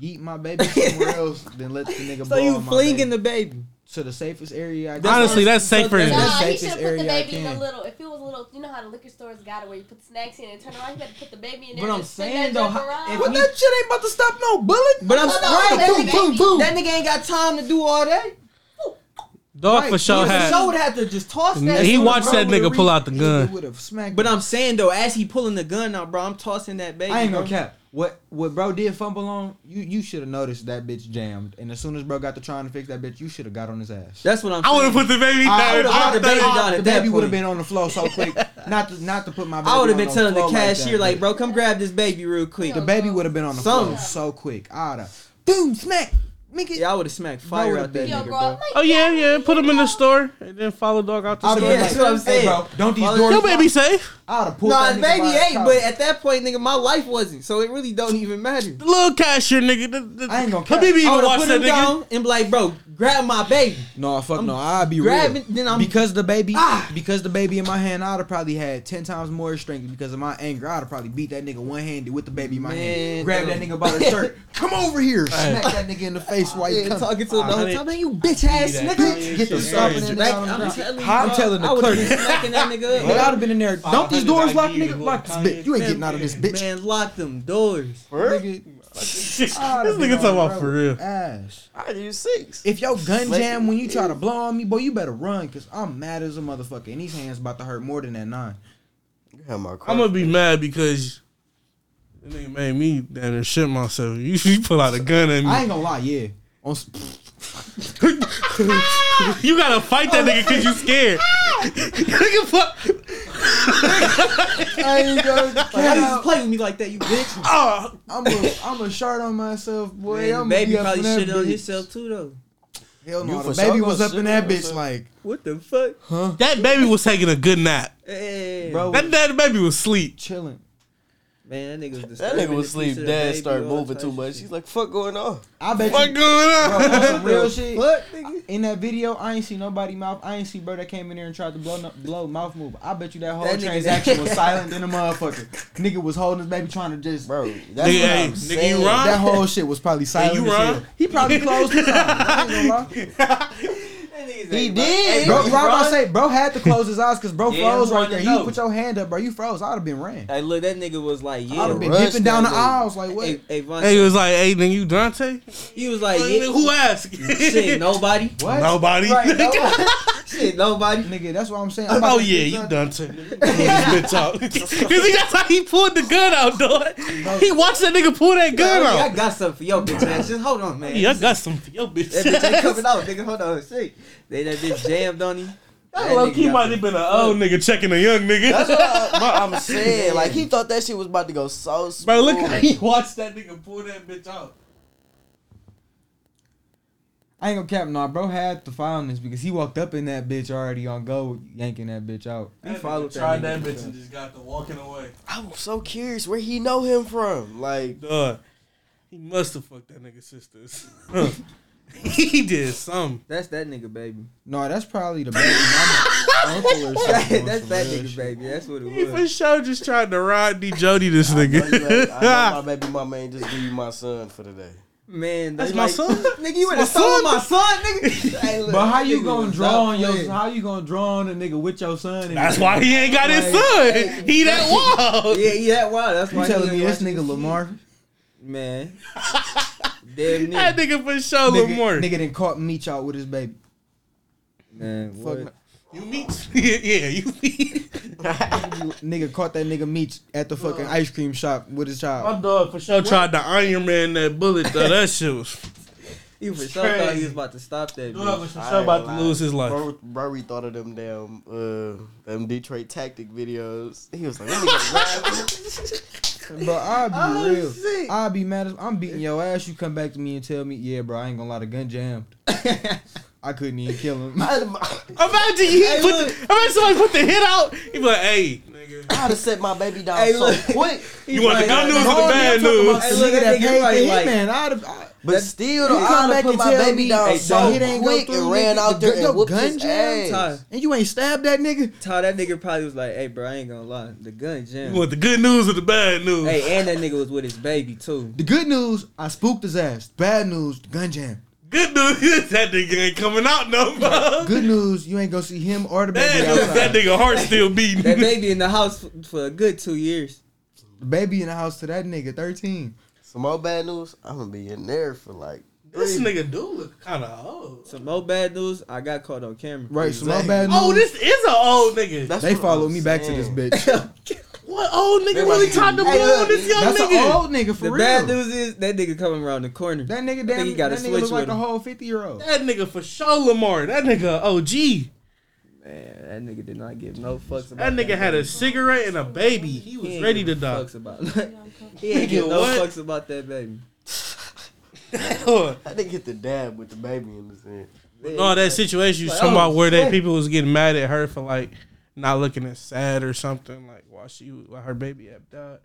E: yeet my baby somewhere else than let the nigga
C: so
E: blow
C: you
E: on my
C: flinging
E: baby.
C: the baby?
E: to the safest area. I can.
D: Honestly, that's safer.
C: Nah,
J: Nah,
E: That's
J: he
E: safest
J: should have put the
E: area I
J: baby in
E: can.
J: a little. If it was a little, you know how the liquor stores got it where you put the snacks in and turn around. You better put the baby in there.
C: But I'm
J: and spin
C: saying,
J: that
C: though,
J: joke
C: how-
J: around.
C: if
E: But that shit ain't about to stop no bullet.
C: But I'm
J: No, no,
C: right.
J: that
C: That,
J: nigga-
C: boom, boom, boom. that nigga ain't got time to do all that.
D: Dog for
C: He
D: sure
C: for sure would
D: had.
C: have to just toss that.
D: He
C: shit.
D: watched that nigga pull out the
E: He
D: gun.
E: would have smacked.
C: But
E: him.
C: I'm saying though, as he pulling the gun out, bro, I'm tossing that baby.
E: I ain't
C: bro.
E: gonna cap. What what bro did fumble on? You you should have noticed that bitch jammed. And as soon as bro got to trying to fix that bitch, you should have got on his ass.
C: That's what I'm.
D: I would have
C: saying.
D: put the baby
E: I
D: down.
E: would
C: would've
D: Dog,
C: knocked
E: have
C: the baby down
E: the,
C: at
E: the
C: that
E: baby would
C: point.
E: have been on the floor so quick. not to not to put my. Baby
C: I would have
E: on
C: been
E: no
C: telling the
E: floor
C: cashier
E: that,
C: like,
E: but
C: bro, come grab this baby real quick.
E: The baby would have been on the
C: Something.
E: floor so quick. I'da boom smack. Nigga,
C: Yeah, I would have smacked fire
E: would've
C: out that
E: been-
J: Yo,
C: nigga,
J: bro,
C: bro.
J: I'm like,
D: Oh yeah,
J: "Daddy,
D: yeah. Put them in
J: yo."
D: the store and then follow dog out the
E: I'd have
D: store.
E: been
C: Yeah,
E: like,
C: that's what I'm
E: Hey,
C: saying.
E: bro, don't these
C: Follow-
E: doors?
D: Your baby safe.
E: I'd have pulled.
C: No, it's
E: that nigga by
C: baby
E: his
C: eight,
E: collar.
C: but at that point, nigga, my life wasn't. So it really don't even matter.
D: The little cashier nigga. The, the,
E: I ain't gonna
D: Habibi
E: cap.
C: I
F: Oh,
D: even
C: would have
D: watch
C: put
D: that
C: him
D: nigga.
C: down and be like, bro, grab my baby.
E: no, fuck
C: I'm
E: no. I'd be
C: grabbing-
E: real.
C: then I'm-
E: because the baby,
C: Ah!
E: because the baby in my hand, I'd have probably had ten times more strength because of my anger. I'd have probably beat that nigga one handed with the baby in my hand,
C: Man,
E: grab that
C: no.
E: nigga by the shirt, come over here, smack that nigga in the face while you
C: Yeah,
E: come.
C: talking to him the whole
D: I
C: time. Man, you bitch ass
D: that.
C: nigga.
E: Get the
D: Yeah,
E: stop
D: yeah,
E: and then
C: Like,
E: down on
C: I'm
E: the
C: telling you,
E: I'm
C: bro,
E: telling the
C: I would've
E: clerk.
C: been smacking that nigga.
E: Nigga, I'd
C: up.
E: have been in there. Don't these
D: 500
E: doors lock,
D: ID, you
E: nigga? Lock this
D: little
E: bitch. You ain't
D: Kanye.
E: getting out of this bitch.
C: Man, lock them doors.
E: Nigga,
D: this
E: I'd have been
D: nigga talking
E: on
D: about
E: the
D: for
E: road.
D: real.
E: Ass.
F: I use six.
E: If your gun
F: Smack
E: jam
F: it.
E: when you try to blow on me, boy, you better run, cause I'm mad as a motherfucker, and these hands about to hurt more than that nine.
F: You have my
D: I'm gonna be mad because that nigga made me damn near shit myself. You, you pull out a gun at me.
E: I ain't gonna lie, yeah. On s-
D: you gotta fight that nigga because you scared. nigga, fuck.
E: I ain't gonna
C: Like, how you
E: cap.
C: just play with me like that, you bitch?
D: Oh,
E: I'm a, I'm a shard on myself, boy.
C: Man,
E: I'm
C: baby
E: be up
C: probably
E: in that
C: shit on
E: bitch.
C: himself too, though.
E: Hell
F: You
E: no,
F: for
E: the baby
F: sure
E: was
F: gonna
E: up in
F: shit
E: that
F: on
E: bitch
F: yourself.
E: like,
C: What the fuck?
E: huh,
D: that baby was taking a good nap.
C: Hey,
E: bro,
D: That, that baby was sleep.
E: chilling.
C: Man, that nigga was
F: That nigga was asleep. Dad started moving too much. He's like, "Fuck going on."
E: I bet
D: What
E: you,
D: going
E: bro,
D: on?
E: on some real shit.
C: What, nigga?
E: In that video, I ain't see nobody mouth. I ain't see bro that came in there and tried to blow no- blow mouth move. I bet you that whole
C: That nigga-
E: transaction was silent in the motherfucker. Nigga was holding his baby trying to just
F: Bro, that's
D: Nigga,
F: what
D: hey,
F: I'm
D: nigga,
F: saying.
D: you wrong?
E: That whole shit was probably silent.
D: you
E: as hell.
D: wrong.
E: He probably closed his eyes. I ain't gonna lie.
C: He
F: did.
E: Bro, you about to say, bro had to close his eyes because bro
C: Yeah,
E: froze
C: I'm
E: right there.
C: running
E: You
C: out.
E: put your hand up, bro. You froze. I'd have been ran.
C: Hey, look, that nigga was like, yeah.
E: I'd have been
F: Rush
E: dipping down the
F: that nigga.
E: aisles like, what?
C: Hey, hey, Von,
D: Hey, he was like, hey, nigga, you Dante?
C: he was like, yeah.
D: Nigga, Who asked?
C: Shit, nobody.
E: what?
D: Nobody.
E: Right, no.
C: Shit, nobody.
E: Nigga, that's what I'm saying. I'm about
D: Oh
E: to-
D: yeah, you Dante. Because that's how he pulled the gun out, dog. He watched that nigga pull that gun
C: Hey, I
D: out.
C: got something for your bitch ass. Just hold on, man.
D: Yeah, I got some for your bitch.
C: That bitch ain't coming out, nigga. Hold on. Shit. They that bitch jammed on him.
D: That low key
C: nigga got
D: might have been an old nigga checking a young nigga.
F: That's what I, bro, I'm saying. Like he thought that shit was about to go so smooth.
D: Bro, look how he watched that nigga pull that bitch out.
E: I ain't gonna cap, nah, bro had to find this because he walked up in that bitch already on go, yanking that bitch out.
C: He followed that
D: tried
C: nigga.
D: that bitch and just got the walking away.
F: I'm so curious where he know him from. Like,
D: Dog, he must have fucked that nigga's sisters. he did something.
C: That's that nigga, baby.
E: No, that's probably the baby mama uncle or something.
C: That's that nigga,
E: baby.
C: baby. That's what it
D: He for
C: was.
D: sure just tried to ride D Jody this
F: I know, you ain't- I know
D: nigga.
F: my baby mama ain't just give you my son for the day.
C: Man,
D: That's
C: they
D: my
C: like-
D: son.
C: nigga, you would have
D: That's my
C: stolen my son, nigga. Hey, look,
E: But how
C: that
E: you
C: nigga
E: gonna
C: was
E: draw on
C: not
E: your?
C: playing.
E: How you gonna draw on a nigga with your son? and-
D: That's why he ain't got his son. He that wild.
C: Yeah, yeah, wow. That's why
E: You
C: he
E: telling
C: didn't
E: me this
C: watch
E: nigga
C: it.
E: Lamar?
C: Man, damn
D: That
C: nigga.
D: nigga for sure
E: Nigga,
D: look more.
E: nigga done caught meat out with his baby.
C: Man,
E: Fuck,
C: what?
D: You meet? yeah, yeah, you meet.
E: nigga caught that nigga meat at the fucking
C: uh,
E: ice cream shop with his
D: My
E: child.
D: dog for sure tried to Iron Man that bullet though. That shit was.
C: You for sure thought he
D: Crazy.
C: was about to stop that.
D: Dog
C: Bitch.
D: was for sure about to lose his life.
F: Bro, bro thought of them damn uh, them Detroit tactic videos. He was like, "Let me get grabbed."
E: Bro, I'll be
C: Oh,
E: real.
C: shit.
E: I'll be mad as I'm beating your ass. You come back to me and tell me, yeah, bro, I ain't gonna lie, the gun jammed. I couldn't even kill him.
F: I'd have-
D: Imagine he
C: Hey,
D: put.
C: look.
D: The, imagine somebody put the hit out. He be like, "Hey, nigga,
F: I'd have set my baby down
C: Hey,
F: so
C: look.
F: quick."
D: you want the good news or the bad
E: About
D: news?"
E: the
C: Hey, look,
E: nigga
C: that nigga
E: that paid
C: probably
E: the
C: like-
E: hitman. I'd have, I,
F: But
C: That-
E: You
F: still, though,
E: come
F: I'd
E: back
F: have put
E: and
F: my
E: tell
F: baby
E: me
F: down
C: that
F: so
E: hit ain't go
F: quick
E: through,
F: and ran
E: nigga.
F: out
E: The-
F: there
E: your
F: and whooped
E: gun
F: his
E: jammed?
F: ass.
C: Ty,
E: and you ain't stabbed that nigga.
C: Ty, that nigga probably was like, "Hey, bro, I ain't gonna lie, the gun
D: You
C: jam."
D: want the good news or the bad news?
C: Hey, and that nigga was with his baby too.
E: The good news, I spooked his ass. Bad news, the gun jam.
D: Good news is that nigga ain't coming out no more.
E: Good news, you ain't gonna see him or the baby
D: Bad news, that
E: outside.
D: nigga heart still beating.
C: That baby in the house f- for a good two years.
E: The baby in the house to that nigga, 13.
F: Some more bad news. I'm gonna be in there for like
D: This
F: three.
D: nigga do look kind of old.
C: Some more bad news. I got caught on camera.
E: Right, so my
F: Exactly.
E: bad news.
D: Oh, this is an old nigga.
F: That's
E: they
F: what
E: followed
F: I'm
E: me back to this
F: saying.
E: bitch.
D: What old nigga
C: They
D: really
C: like-
D: tried to
C: Hey,
D: blow
C: look,
D: this young
E: That's
D: nigga?
E: an old nigga for
C: The
E: real.
C: bad news is that nigga coming around the corner.
E: That nigga
C: think
E: damn,
C: he got a
E: that nigga
C: switch
E: look like
C: with
E: a
C: him.
E: whole fifty year old.
D: That nigga for sure Lamar. That nigga OG.
C: Man, that nigga did not give no fucks about
D: That nigga had a cigarette and a baby. He was
C: ain't
D: ready to
C: give a
D: die.
C: Fucks about. he ain't give
D: Nigga,
C: no
D: what?
C: fucks about that baby.
D: no,
F: I didn't get the dab with the baby in the end.
D: that situation you was talking about where that people was getting mad at her for like not looking as sad or something like while she was- while her baby had died.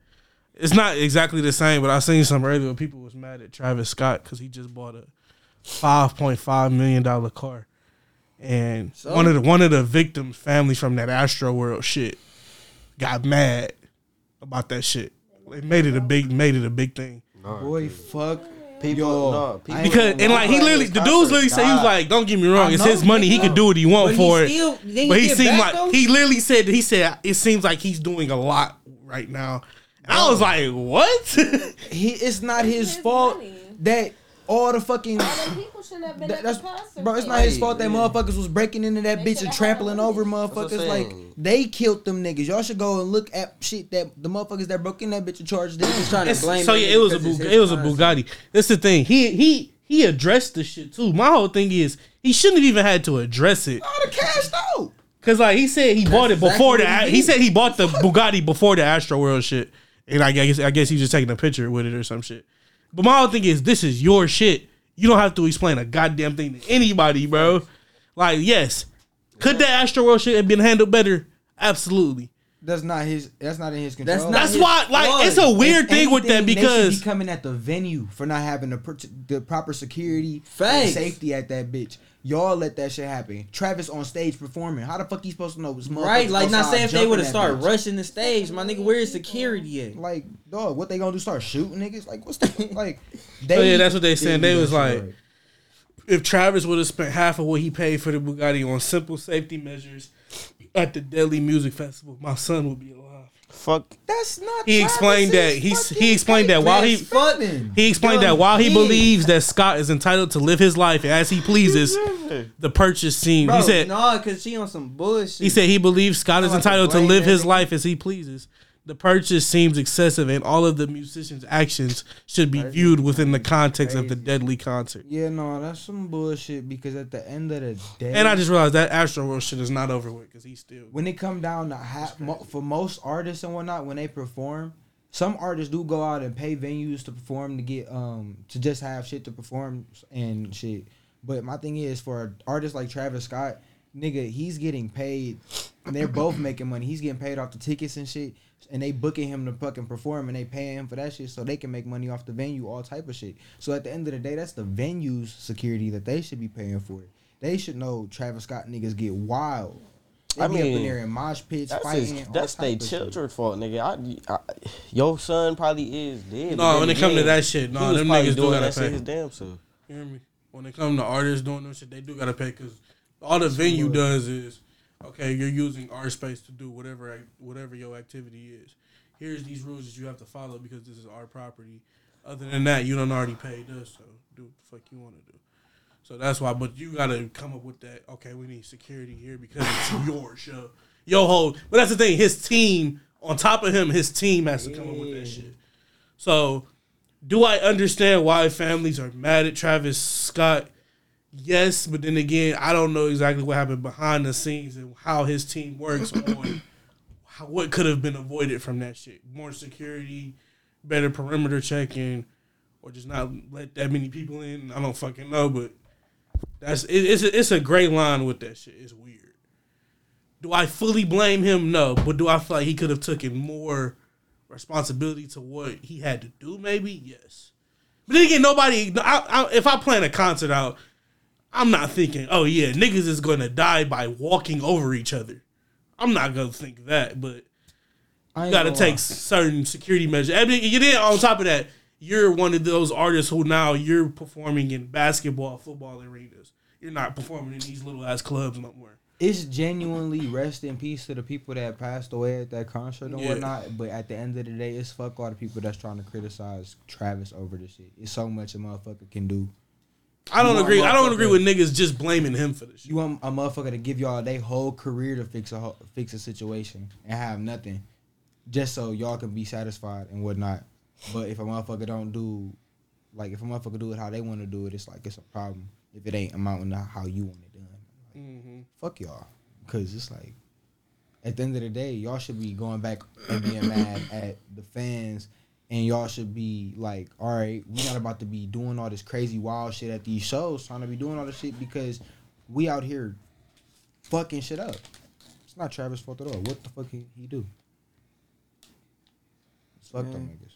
D: It's not exactly the same, but I seen some earlier where people was mad at Travis Scott because he just bought a five point five million dollar car, and one of the one of the victims' families from that Astro World shit got mad about that shit. They made it a big made it a big thing.
E: Boy, fuck.
F: People,
E: Yo,
F: no,
E: I
F: people
E: ain't
D: Because and like he literally, the dudes literally say he was like, "Don't get me wrong, it's his money. He could do what he want for it." but he seemed like he literally said he said it seems like he's doing a lot right now. And I was like, "What?"
E: He, it's not his,
I: his
E: fault
I: money.
E: that all the fucking.
J: All them people shouldn't have been
E: That-
J: at
E: that's
J: the concert.
E: bro. It's
J: then.
E: not his fault that motherfuckers was breaking into that
J: They
E: bitch and
J: should've
E: trampling
J: had a
E: over
F: what I'm
E: motherfuckers. Like
F: saying.
E: they killed them niggas. Y'all should go and look at shit that the motherfuckers that broke in that bitch and charged them.
C: Just trying to blame
D: so yeah, it was a
C: because it's
D: Bug-
C: his
D: it was a
C: mindset.
D: Bugatti. That's the thing. He he he addressed the shit too. My whole thing is he shouldn't have even had to address it
E: All the cash though.
D: because like he said he bought it before
C: exactly
D: the
C: what he
D: he, said he bought the Bugatti before the Astro World shit, and I guess I guess he was just taking a picture with it or some shit. But my whole thing is this is your shit. You don't have to explain a goddamn thing to anybody, bro. Like yes, could that Astro World shit have been handled better? Absolutely.
E: That's not his. That's not in his control.
C: That's not
D: That's
C: his
D: why like
C: blood.
D: it's a weird
E: If
D: thing with that
E: anything, they
D: because
E: should be coming at the venue for not having the, per- the proper security and
C: Facts.
E: safety at that bitch. Y'all let that shit happen. Travis on stage performing. How the fuck he supposed to know? This
C: Right,
E: motherfucker's
C: like not
E: outside
C: saying if they
E: jumping
C: would have
E: that
C: started
E: bitch?
C: rushing the stage, my nigga, where is security at?
E: Like, dog, what they gonna do? Start shooting niggas? Like, what's the like? They,
D: Oh, yeah, that's what they
E: said.
D: saying. They was like- if Travis would have spent half of what he paid for the Bugatti on simple safety measures at the Delhi Music Festival, my son would be alive.
F: Fuck.
E: that's not.
D: He explained that-
E: Travis's
D: he s- he
E: fucking
D: explained that
E: take,
D: while
E: that's
D: he-
E: fucking-
D: He explained that while he believes that Scott is entitled to live his life as he pleases, the purchase seems.
C: Bro,
D: He said
C: nah, cause she on some bullshit.
D: he said he believes Scott is
C: Sound like a
D: entitled to
C: blame
D: live his
C: nigga.
D: life as he pleases. The purchase seems excessive, and all of the musicians' actions should be viewed within the context of the Deadly concert.
E: Yeah, no, that's some bullshit. Because at the end of the day,
D: And I just realized that Astro World shit is not over with because he's still.
E: when it come down to ha- mo- for most artists and whatnot when they perform some artists do go out and pay venues to perform to get um to just have shit to perform and shit but my thing is for artists like travis scott nigga he's getting paid and they're both making money he's getting paid off the tickets and shit and they booking him to fucking perform and they paying him for that shit so they can make money off the venue all type of shit so at the end of the day that's the venue's security that they should be paying for it they should know travis scott niggas get wild they
F: I
E: be up in
F: mean,
E: there in mosh pits
F: That's,
E: fighting.
F: his,
E: all
F: that's
E: type
F: they
E: of shit.
F: children's fault, nigga. I, I, your son probably is
D: No,
F: dead. but
D: when
F: then
D: it come to
F: again,
D: that shit, no,
F: he was
D: them
F: probably
D: niggas do
F: doing
D: gotta
F: that shit
D: pay.
F: his damn self.
D: You hear me? When it comes to artists doing them shit, they do gotta pay because all the venue does is okay. You're using our space to do whatever ac- whatever your activity is. Here's these rules that you have to follow because this is our property. Other than that, you don't already paid us, so do what the fuck you want to do. So that's why. But you gotta come up with that. Okay, we need security here because it's your show, your whole. But that's the thing. His team, on top of him, his team has to come up with that shit. So, do I understand why families are mad at Travis Scott? Yes, but then again, I don't know exactly what happened behind the scenes and how his team works on how, what could have been avoided from that shit. More security, better perimeter checking, or just not let that many people in. I don't fucking know, but that's it, it's a, it's a gray line with that shit. It's weird. Do I fully blame him? No, but do I feel like he could have taken more responsibility to what he had to do? Maybe yes. But then again, nobody. I, I, if I plan a concert out, I'm not thinking, oh yeah, niggas is gonna die by walking over each other. I'm not gonna think that, but
E: I
D: you
E: ain't
D: gotta
E: gonna lie.
D: take certain security measures. I mean, you then on top of that, you're one of those artists who now you're performing in basketball, football arenas. You're not performing in these little ass clubs no more.
E: It's genuinely rest in peace to the people that passed away at that concert and
D: Yeah.
E: whatnot. But at the end of the day, it's fuck all the people that's trying to criticize Travis over this shit. It's so much a motherfucker can do.
D: I don't
E: You
D: agree.
E: want
D: I don't
E: motherfucker-
D: agree with niggas just blaming him for this. Shit.
E: You want a motherfucker to give y'all their whole career to fix a ho- fix a situation and have nothing, just so y'all can be satisfied and whatnot. But if a motherfucker don't do, like if a motherfucker do it how they want to do it, it's like it's a problem. If it ain't amounting to how you want it done, Like,
C: Mm-hmm.
E: fuck y'all, because it's like at the end of the day, y'all should be going back and being mad at the fans. and y'all should be like, all right, we not about to be doing all this crazy wild shit at these shows, trying to be doing all this shit because we out here fucking shit up. It's not Travis' fault at all. What the fuck he, he do? It's fucked up,
C: Man.
E: niggas.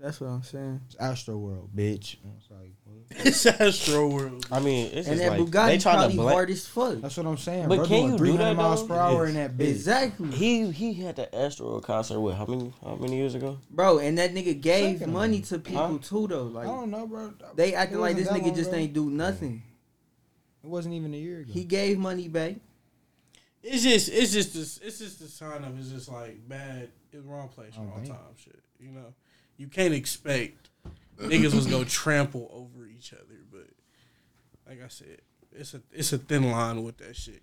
C: That's what I'm saying.
E: It's Astro World, bitch. And it's like, what?
D: It's Astro World.
F: I mean, it's
C: and
F: just
C: that
F: like
C: Bugatti
F: they trying
C: probably
F: to blame.
C: hard as fuck.
E: That's what I'm saying,
F: But
E: bro.
F: can
E: doing
F: you do
E: 300
F: that,
E: miles
F: though?
E: per hour
F: Yes.
E: in that bitch.
C: Exactly,
F: He he had the Astro concert with how many how many years ago?
C: bro. And that nigga gave
E: Second
C: money to people
F: Huh?
C: too, though.
E: I
C: Like
E: don't know, bro.
C: they
E: It
C: acting like
E: wasn't
C: this
E: that
C: nigga
E: long,
C: just
E: bro.
C: ain't do nothing.
E: It wasn't even a year ago.
C: He gave money back.
D: It's just it's just this it's just the sign of it's just like bad it's wrong place,
E: Oh,
D: wrong
E: damn.
D: time shit. You know? You can't expect niggas was gonna trample over each other, but like I said, it's a it's a thin line with that shit.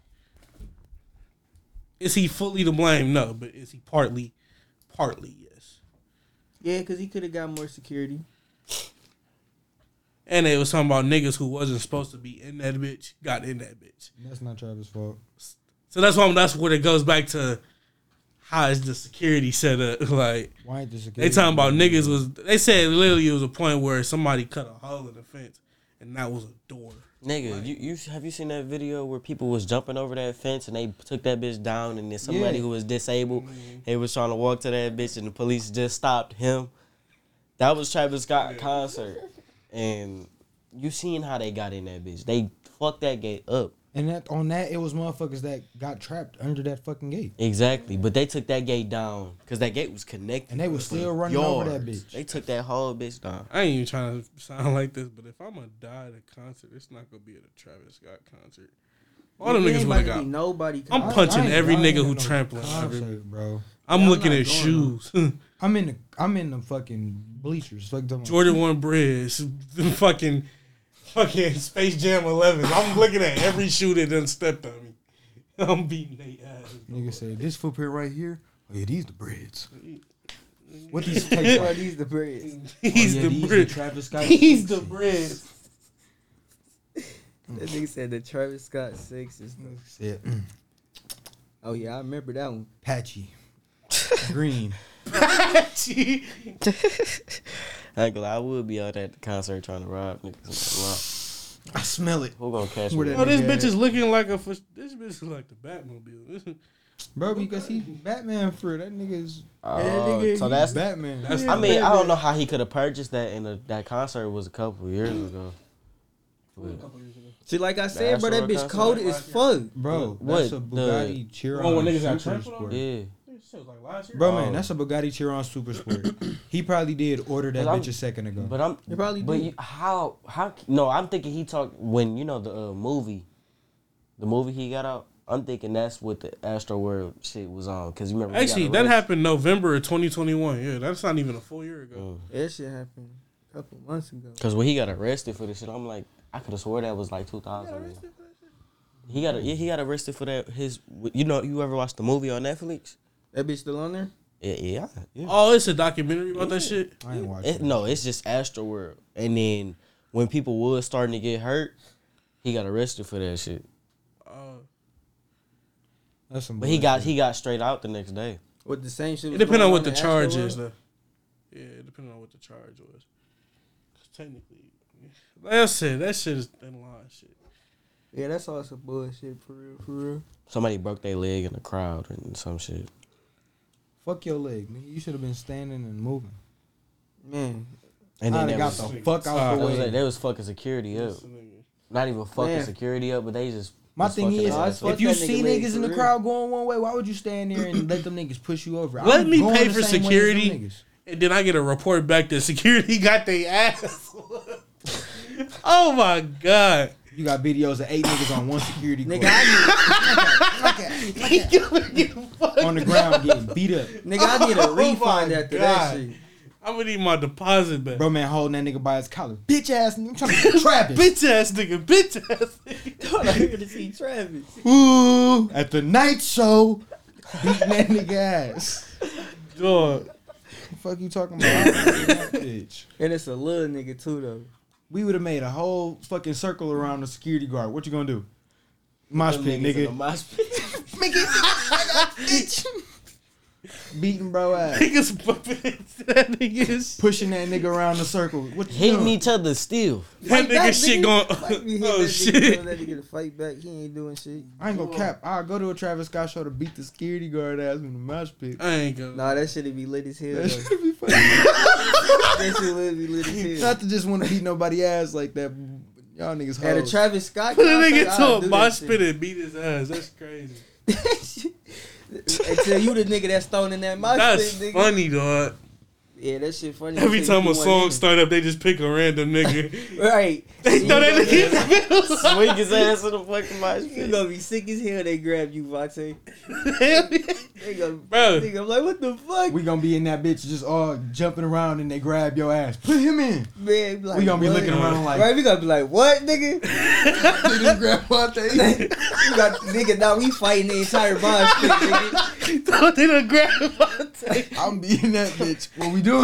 D: Is he fully to blame? No, but is he partly partly yes.
C: Yeah, cause he could have got more security.
D: And they was talking about niggas who wasn't supposed to be in that bitch, got in that bitch.
E: That's not Travis' fault.
D: So that's why that's what it goes back to how is the security set up? Like
E: Why ain't the security?
D: They talking about niggas was. They said literally it was a point where somebody cut a hole in the fence, and that was a door.
F: Nigga,
D: Like-
F: you, you have you seen that video where people was jumping over that fence and they took that bitch down and then somebody
E: Yeah. Mm-hmm.
F: who was disabled, he was trying to walk to that bitch and the police just stopped him. That was Travis Scott concert, and you seen how they got in that bitch? They fucked that gate up
E: And that on that, it was motherfuckers that got trapped under that fucking gate.
F: exactly, but they took that gate down because that gate was connected.
E: And they was
F: for
E: still running over that
F: yards.
E: bitch.
F: They took that whole bitch down.
D: I ain't even trying to sound like this, but if I'm gonna die at a concert, it's not gonna be at a Travis Scott concert. All them
C: It
D: niggas
C: ain't
D: would have
C: about to be
D: got.
C: Nobody.
D: I'm
C: coming.
D: punching
E: ain't-
D: every
E: I ain't
D: nigga
E: at
D: who
E: no
D: trampling
E: concert,
D: every-
E: bro.
D: I'm
C: I'm
D: looking
C: not
D: at
C: going,
D: shoes.
E: I'm in the I'm in the fucking bleachers. Fuck them.
D: Jordan One Bridge, fucking, fucking Space Jam 11. I'm looking at every shoe that done stepped on me. I'm beating they ass.
E: Nigga said this foot here right here. Oh yeah, these the breads. What these taste
C: Bro,
E: like?
C: these the breads.
D: He's
E: oh, yeah,
D: the
E: these
D: bridge.
E: Travis Scott.
D: He's the
E: shit.
D: bridge.
C: That nigga said the Travis Scott six is. The,
E: Said, mm,
C: oh yeah, I remember that one.
E: patchy, green.
F: I ain't gonna lie, I would be out at the concert trying to rob niggas.
E: I smell it,
F: Who gonna catch
E: Where
F: me?
E: that-
D: Oh, this
E: nigga.
D: bitch is looking like a. fas- This bitch is like the Batmobile.
E: bro. Because he Batman for that nigga's
F: Oh, so that's
E: Batman.
D: That's
F: I mean, I don't know how he could have purchased that, and the- that concert was a couple years ago.
C: See, like I said, bro, that
F: Astro
C: bitch
F: Custom.
C: cold as fuck.
E: bro.
F: What
E: That's a
F: the-
E: Bugatti Chiron
D: Oh, when niggas got
E: Super
D: trampled on?
E: Sport.
F: Yeah,
E: Bro,
F: Oh.
E: man, that's a Bugatti Chiron Super Sport. he probably did order that
F: But I'm-
E: bitch a second ago.
F: but I'm
C: It probably
F: but
C: did.
F: you, how how no, I'm thinking he talked when you know the uh, movie, the movie he got out. I'm thinking that's what the Astro World shit was on because you remember he got
D: Actually, that
F: arrested.
D: happened November of 2021. Yeah, that's not even a full year ago.
C: That shit happened a couple months ago.
F: Cause when he got arrested for this shit, I'm like, I could have swore that was like 2000. He got yeah, he got arrested for that. His you know you ever watched the movie on Netflix?
C: That bitch still on there?
F: Yeah, yeah. yeah.
D: Oh, it's a documentary about that shit.
E: I ain't watching.
F: It, eh, no, it's just Astro World. And then when people was starting to get hurt, he got arrested for that shit.
D: Uh,
E: That's some
F: But he
E: bullshit.
F: got he got straight out the next day.
C: With the same shit.
D: it
C: was
D: depends
C: going
D: on what the
C: in
D: charge
C: Astro
D: is,
C: World?
D: though. Yeah, it depends on what the charge was. 'Cause technically, like I said, that shit is thin line shit.
C: Yeah, that's all some bullshit for real, for real.
F: Somebody broke their leg in the crowd and some shit.
E: Fuck your leg, nigga. You should have been standing and moving.
C: Man,
F: And
E: I done
F: then they
E: got
F: was,
E: the
F: they
E: fuck out
D: Sorry.
E: the
F: was, like,
E: way.
F: they was fucking security up.
D: This nigga.
F: Not even fucking
C: Man.
F: security up, but they just
E: My
F: was
E: thing
F: fucking
E: is,
F: their
C: Nah,
F: ass
C: fuck
F: up.
E: if you
C: that nigga
E: see
C: leg
E: niggas
C: for
E: in the
C: real.
E: crowd going one way, why would you stand there and let them niggas push you over?
D: Let me
E: going
D: pay
E: the
D: for
E: same way as them
D: security.
E: niggas.
D: And then I get a report back that security got their ass. whooped. oh my god.
E: You got videos of eight niggas on one security
C: nigga,
E: guard
C: I
E: on the ground getting beat up.
C: need, nigga, I need a
D: Oh my
C: refund after that
D: God.
C: shit.
D: I'm gonna need my deposit back.
E: Bro, man, holding that nigga by his collar. Bitch ass nigga. I'm trying to trap him.
D: Bitch ass nigga, bitch ass nigga.
C: I'm here to see Travis.
E: Ooh, at the night show, beating that nigga ass.
D: Dog.
E: The fuck you talking about? bitch.
C: And it's a little nigga too though.
E: We would have made a whole fucking circle around the security guard. What you gonna do? Mosh pit, nigga.
F: Mosh pit.
E: Nigga, I got bitch. beating bro ass,
D: Niggas bumping that niggas.
E: pushing that nigga around the circle. What you
F: Hitting
E: doing?
F: each other still.
D: That nigga shit going. Oh shit.
C: That nigga to fight back. He ain't doing shit.
E: I ain't gonna cap. I'll go to a Travis Scott show to beat the security guard ass in the match pit.
C: Uh,
D: I ain't gonna.
C: Nah, that shit be lit as hell.
E: That
C: though.
E: should be funny.
C: that shit would be lit as hell.
E: Not to just want to beat nobody ass like that. Y'all niggas
C: At a
E: hoes.
C: Travis Scott
D: Put a
C: concert,
D: nigga
C: I'll
D: to
C: do
D: a
C: that
D: mosh
C: shit.
D: pit and beat his ass. That's crazy.
C: Until you the nigga that's thrown in that mosh
D: That's
C: pit, nigga.
D: funny, dog.
C: Yeah, that shit funny.
D: Every
C: as hell.
D: time
C: You
D: a
C: want
D: song
C: niggas-
D: start up, they just pick a random nigga.
C: right?
D: they
C: You
D: throw that
C: gonna-
D: nigga in the middle.
F: Swing his ass in the fucking mosh
C: You
F: pit.
C: gonna be sick as hell. They grab you, Vontae. They gonna,
D: Bro.
C: nigga, I'm like, what the fuck,
E: We gonna be in that bitch just all jumping around and they grab your ass. Put him in.
C: man? Be Like,
E: We gonna be
C: what?
E: looking around like
C: right? We gonna be like, what, nigga?
E: "They just grab my thing."
C: You got nigga. Now we fighting the entire mosh pit, nigga.
D: Throw it in the grab.
E: I'm beating that bitch. What we doing?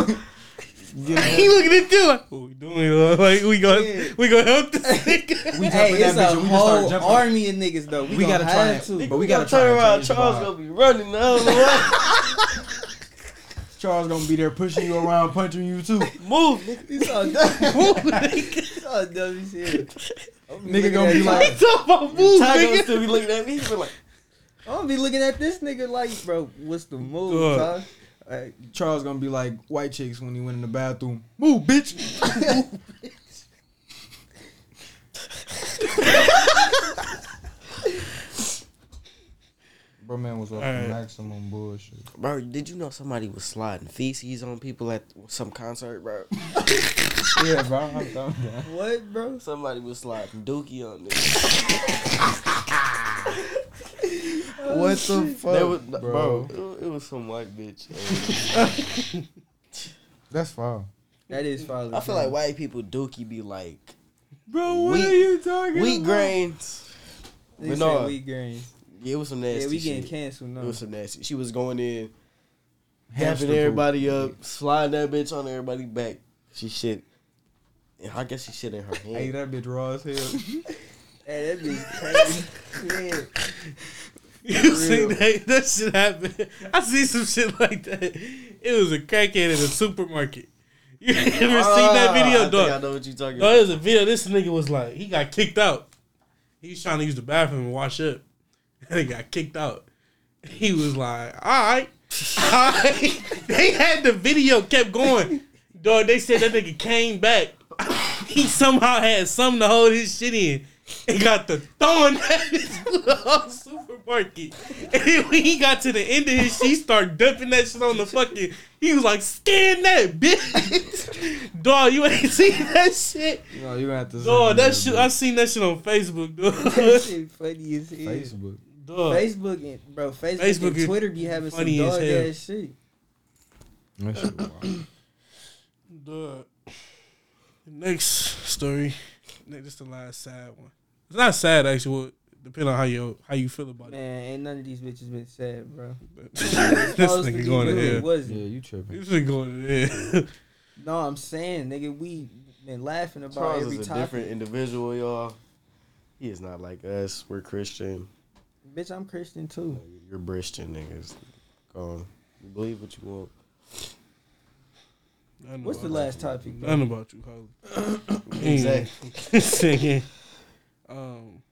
D: He looking at you like, what we doing? dawg? Like we gonna
C: Yeah.
D: we gonna help this nigga.
E: We
C: Hey,
E: jumping
C: it's
E: that
C: a
E: bitch and we just start
C: whole
E: jumping.
C: army of niggas though. We,
E: We
C: gotta
E: gotta try
C: have
E: it.
C: to.
E: But we gotta try
F: turn
E: and
F: around.
E: change the
F: Charles
E: vibe.
F: gonna be running the other way.
E: Charles gonna be there pushing you around, punching you too.
D: Move, nigga.
C: It's all dumb.
E: Oh
D: move, nigga.
C: It's all dumb as hell. I'm
E: Nigga gonna
C: looking
E: be
C: at-
E: like,
D: Talk about move,
F: Ty gonna
D: nigga.
F: still be looking at me. He be like,
C: I'm gonna be looking at this nigga like, bro, what's the move, huh?
D: Look.
C: Like,
E: Charles gonna be like white chicks when he went in the bathroom. Move, bitch. Bro, man was off
D: Alright.
E: the maximum bullshit.
F: bro, did you know somebody was sliding feces on people at some concert, bro?
E: Yeah, bro. I'm done.
C: what, bro?
F: Somebody was sliding dookie on this.
E: What the fuck,
F: They was,
E: bro?
F: bro, it, it was some white bitch. And
E: That's foul.
C: That is foul.
F: I feel like white people dookie be like
E: Bro,
F: what are you
E: talking
F: wheat grains.
C: we
F: Bernard.
C: no. we grains.
F: Yeah, it was some nasty
C: Yeah, we getting
F: shit.
C: canceled now.
F: It was some nasty. She was going in,
E: Hamster
F: having
E: poop.
F: everybody up, sliding that bitch on everybody back. She shit. And I guess she shit in her
E: Hey,
F: hand.
E: that bitch raw as hell.
C: Hey, that bitch crazy. Man,
D: You see that? That shit happened. I see some shit like that. It was a crackhead in a supermarket. You ever seen that
F: Ah, I
D: video,
F: think I
D: dog?
F: know what you talking
D: No,
F: about.
D: it was a video. This nigga was like, he got kicked out. He was trying to use the bathroom and wash up. And he got kicked out. He was like, all right. All right. they had the video kept going. Dog, they said that nigga came back. He somehow had something to hold his shit in. And got the throwing at his whole supermarket. And then when he got to the end of his shit, he started dumping that shit on the fucking. He was like, scan that, bitch. Dog, you ain't seen that shit.
E: no, you gonna have to. send
D: Dog,
E: me
D: that shit, I seen that shit on Facebook,
C: that
D: dog.
C: shit funny as hell.
E: Facebook.
D: dog.
C: Facebook and bro, Facebook,
D: Facebook is
C: and Twitter be having some
D: funny as
C: dog
D: hell.
C: ass shit.
E: That shit wild.
D: Dog. Next story. This is the last sad one. It's not sad actually. Well, depending on how you how you feel about it.
C: Man, ain't none of these bitches been sad, bro.
D: this
C: Supposed to be
D: nigga going
C: good,
D: to hell.
C: Was it?
E: Yeah, you tripping?
D: This nigga going to hell.
C: No, I'm saying, nigga, we been laughing about
F: Charles
C: every
F: is a
C: topic.
F: different individual, y'all. He is not like us. We're Christian.
C: Bitch, I'm Christian too.
F: You're Christian niggas. Go on. You believe what you want.
D: Nothing
C: What's the
D: about
C: last topic,
D: you.
C: bro?
D: Nothing about you, Holly.
F: Exactly.
D: Exactly. um,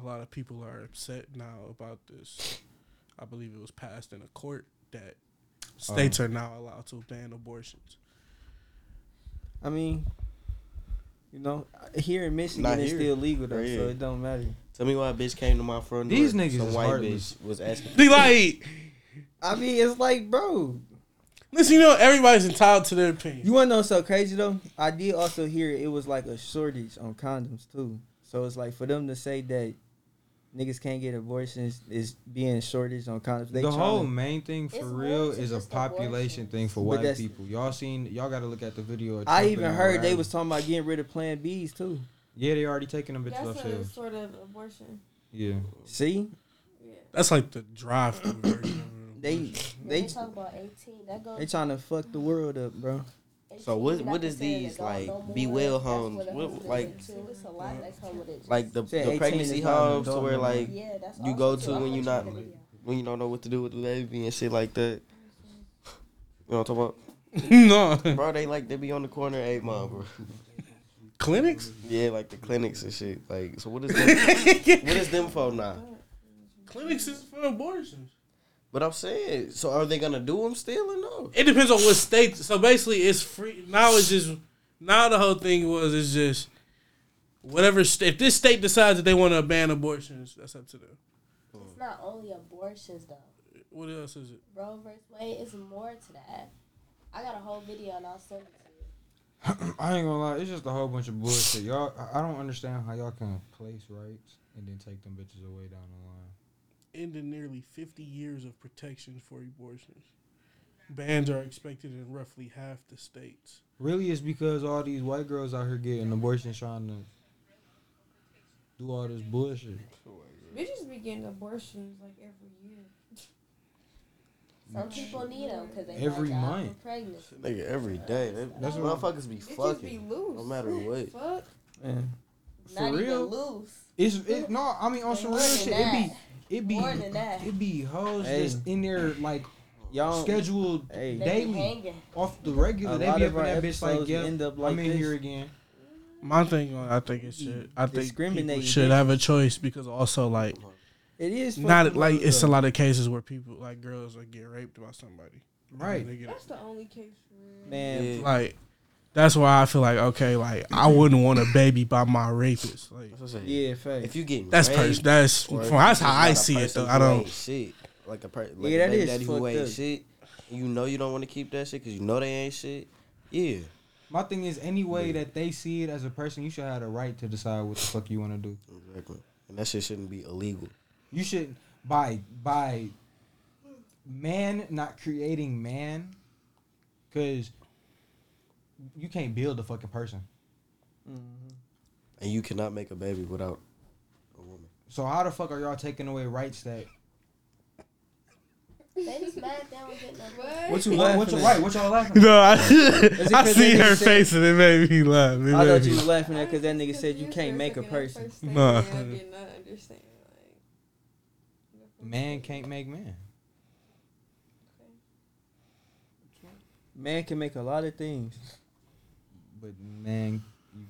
D: a lot of people are upset now about this. I believe it was passed in a court that states are now allowed to ban abortions.
C: I mean, you know, here in Michigan
F: Not
C: it's
F: here.
C: still legal though,
F: Right
C: so
F: here.
C: it don't matter.
F: Tell me why a bitch came to my front door.
E: These niggas
F: Some
E: is
F: white
E: heartless.
F: bitch was asking.
D: They like.
C: I mean, it's like, bro,
D: Listen, you know everybody's entitled to their opinion.
C: you wanna know what's so crazy though? I did also hear it was like a shortage on condoms too. So it's like for them to say that niggas can't get abortions is being shortage on condoms. They
E: the
C: tryna-
E: whole main thing for
J: It's
E: real
J: more than
E: is a
J: just
E: population
J: abortion.
E: thing for
C: But
E: white
C: that's-
E: people. Y'all seen? Y'all got to look at the video. of
C: I
E: Trump
C: even
E: and
C: heard they
E: Iran.
C: was talking about getting rid of Plan B's too.
E: Yeah, they already taking them bitches off
J: That's a
E: shelves.
J: sort of abortion.
E: Yeah,
C: See,
J: Yeah.
D: That's like the drive-through version. of it.
C: they
J: They,
C: they
J: they talk about 18. That goes
C: they trying to fuck the world up, bro.
F: So what- what is these, like, be well homes?
J: What,
F: What- like-
J: it's a lot that come with it.
F: Like the,
C: Say 18
F: the
C: is
F: pregnancy
C: not an
F: hubs
C: adult
F: where
C: no more.
F: like
J: yeah, that's
F: you
J: also
F: go
J: too.
F: to
J: I'm
F: when
J: gonna
F: you
J: check
F: not-
J: the video.
F: when you don't know what to do with the baby and shit like that. know what I'm talking
D: no.
F: about? Bro, they like they be on the corner eight mile, bro.
D: Clinics?
F: Yeah, like the clinics and shit. Like, so what is them, what is them for now?
D: Clinics is for abortions.
F: But I'm saying, so are they gonna do them still or no?
D: It depends on what state. So basically, it's free. Now it's just now the whole thing was it's just whatever. St- if this state decides that they want to ban abortions, that's up to them.
J: It's not only abortions though.
D: What else is it?
J: Roe versus Wade is more to that. I got a whole video and I'll send it to you.
E: I ain't gonna lie, it's just a whole bunch of bullshit. Y'all, I- I don't understand how y'all can place rights and then take them bitches away down the line.
D: Ended nearly 50 years of protections for abortions. Bans are expected in roughly half the states.
E: Really, it's because all these white girls out here getting abortions trying to do all this bullshit.
I: Bitches be getting abortions like every year.
J: Some people need them because they
E: Mm. Every
J: like, "I'm
E: month.
J: pregnant.
F: Nigga, every day. They,
E: That's what-
F: motherfuckers be
I: Bitches be
F: fucking.
I: loose.
F: no matter what.
I: Fuck.
E: For
J: not
E: real?
J: even loose.
E: It's it, no, I mean on some
J: More
E: real
J: than
E: shit. It be
J: that.
E: it be
J: More than that.
E: it be hoes
C: Hey.
E: just in there like Um,
C: Y'all
E: scheduled
C: Hey.
J: They be
E: daily
J: hanging.
E: off the
C: A
E: regular. Oh, They be
C: lot
E: up in
C: of our
E: that bitch like
C: episodes
E: yeah,
C: end up like
E: I'm in
C: this.
E: here again.
D: My thing, on- I think it should. I think people
C: Discriminating.
D: should have a choice because also like
C: It is
D: not
C: fucking
D: like it's a
C: low,
D: lot of cases where people like girls like get raped by somebody.
E: Right.
D: They get-
I: That's the only case for
C: though.
I: real.
C: man.
F: Yeah.
D: like that's why I feel like okay, like I wouldn't want a baby by my rapist. Like
F: That's what I'm saying.
C: Yeah, fact.
F: If you get
D: that's
F: raped,
D: pers- that's
F: or if
D: that's
F: it's
D: how I
F: not a
D: see it
F: person
D: though. I
F: who
D: don't.
F: ain't shit. Like a person, like
C: Yeah,
F: a
C: that
F: baby
C: is
F: daddy who
C: fucked
F: ain't
C: up.
F: shit. You know you don't want to keep that shit because you know they ain't shit. Yeah,
E: My thing is any way that they see it as a person, you should have the right to decide what the fuck you want to do.
F: exactly. And that shit shouldn't be illegal.
E: You should by by man not creating man, because you can't build a fucking person.
F: And you cannot make a baby without a woman.
E: So how the fuck are y'all taking away rights that
J: They just mad they don't get no money.
I: What?
E: What you
C: laughing
E: what you
C: at?
E: right? What y'all laughing? at?
D: No, I,
C: it
D: I
C: 'cause
D: see
C: they
D: her
C: just said-
D: face and it made me laugh. It
C: I
D: made
C: thought
D: me-
C: you was laughing at because that nigga said you can't make a person.
D: Nah.
I: Nah. I did not understand. Like,
E: Man can't make man.
C: Man can make a lot of things.
E: But man, you,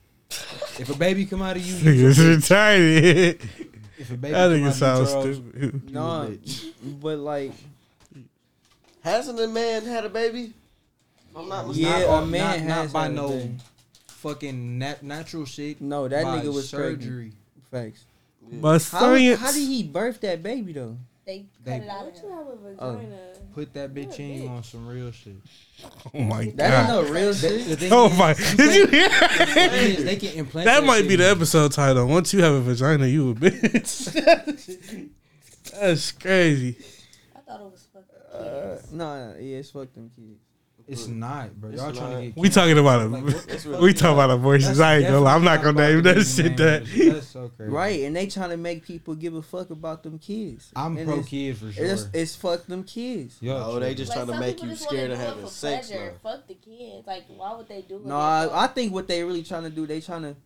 E: if a baby come out of you, you
D: Nigga's retarded.
E: if a
D: That
E: baby come
D: nigga
E: out
D: sounds
E: of you, Charles,
D: stupid.
E: you a
C: No,
E: bitch.
C: but like,
F: Hasn't a man had a baby? If I'm not mistaken.
C: yeah,
E: Not-
C: a man
E: not,
C: has
E: not by
C: had a
E: no
C: thing.
E: fucking nat- natural shit.
C: No, that
E: by
C: nigga was surgery.
E: surgery.
C: Facts.
D: But
C: How,
D: science.
C: how did he birth that baby though?
J: They cut
E: They-
J: it out of
I: Don't you
J: him.
I: have a
F: Oh.
I: vagina?
E: Put that bitch
I: Yeah,
E: in
I: bitch.
E: on some real shit.
D: oh my
C: That
D: god.
C: ain't no real shit.
E: The thing
D: Oh
E: is-
D: my! Did you hear?
E: the thing is, they can implant
D: That might
E: shit
D: be the
E: in you.
D: episode title. Once you have a vagina, you a bitch. That's crazy.
J: I thought it was fucking kids.
C: Uh, no, no, yeah, it's fuck them kids.
E: It's not, bro. Y'all
F: It's
E: trying
F: not.
E: to get
D: We talking about
E: Like, what the
F: It's
E: fuck
D: We
E: is
D: talking
E: that?
D: about abortions. I ain't gonna lie. I'm not gonna name that shit that.
E: That's so crazy.
C: Right, and they trying to make people give a fuck about them kids.
E: I'm
C: And
E: pro
C: it's-
E: kid for sure.
C: It's, it's fuck them kids.
E: Yo,
F: Oh, they just
J: Like,
F: trying to
J: some
F: make
J: people
F: you
J: just wanna
F: scared of
J: do it
F: having
J: for
F: sex.
J: pleasure.
F: now.
J: Fuck the kids. Like, why would they do it?
C: No, I, I think what they really trying to do, they trying to,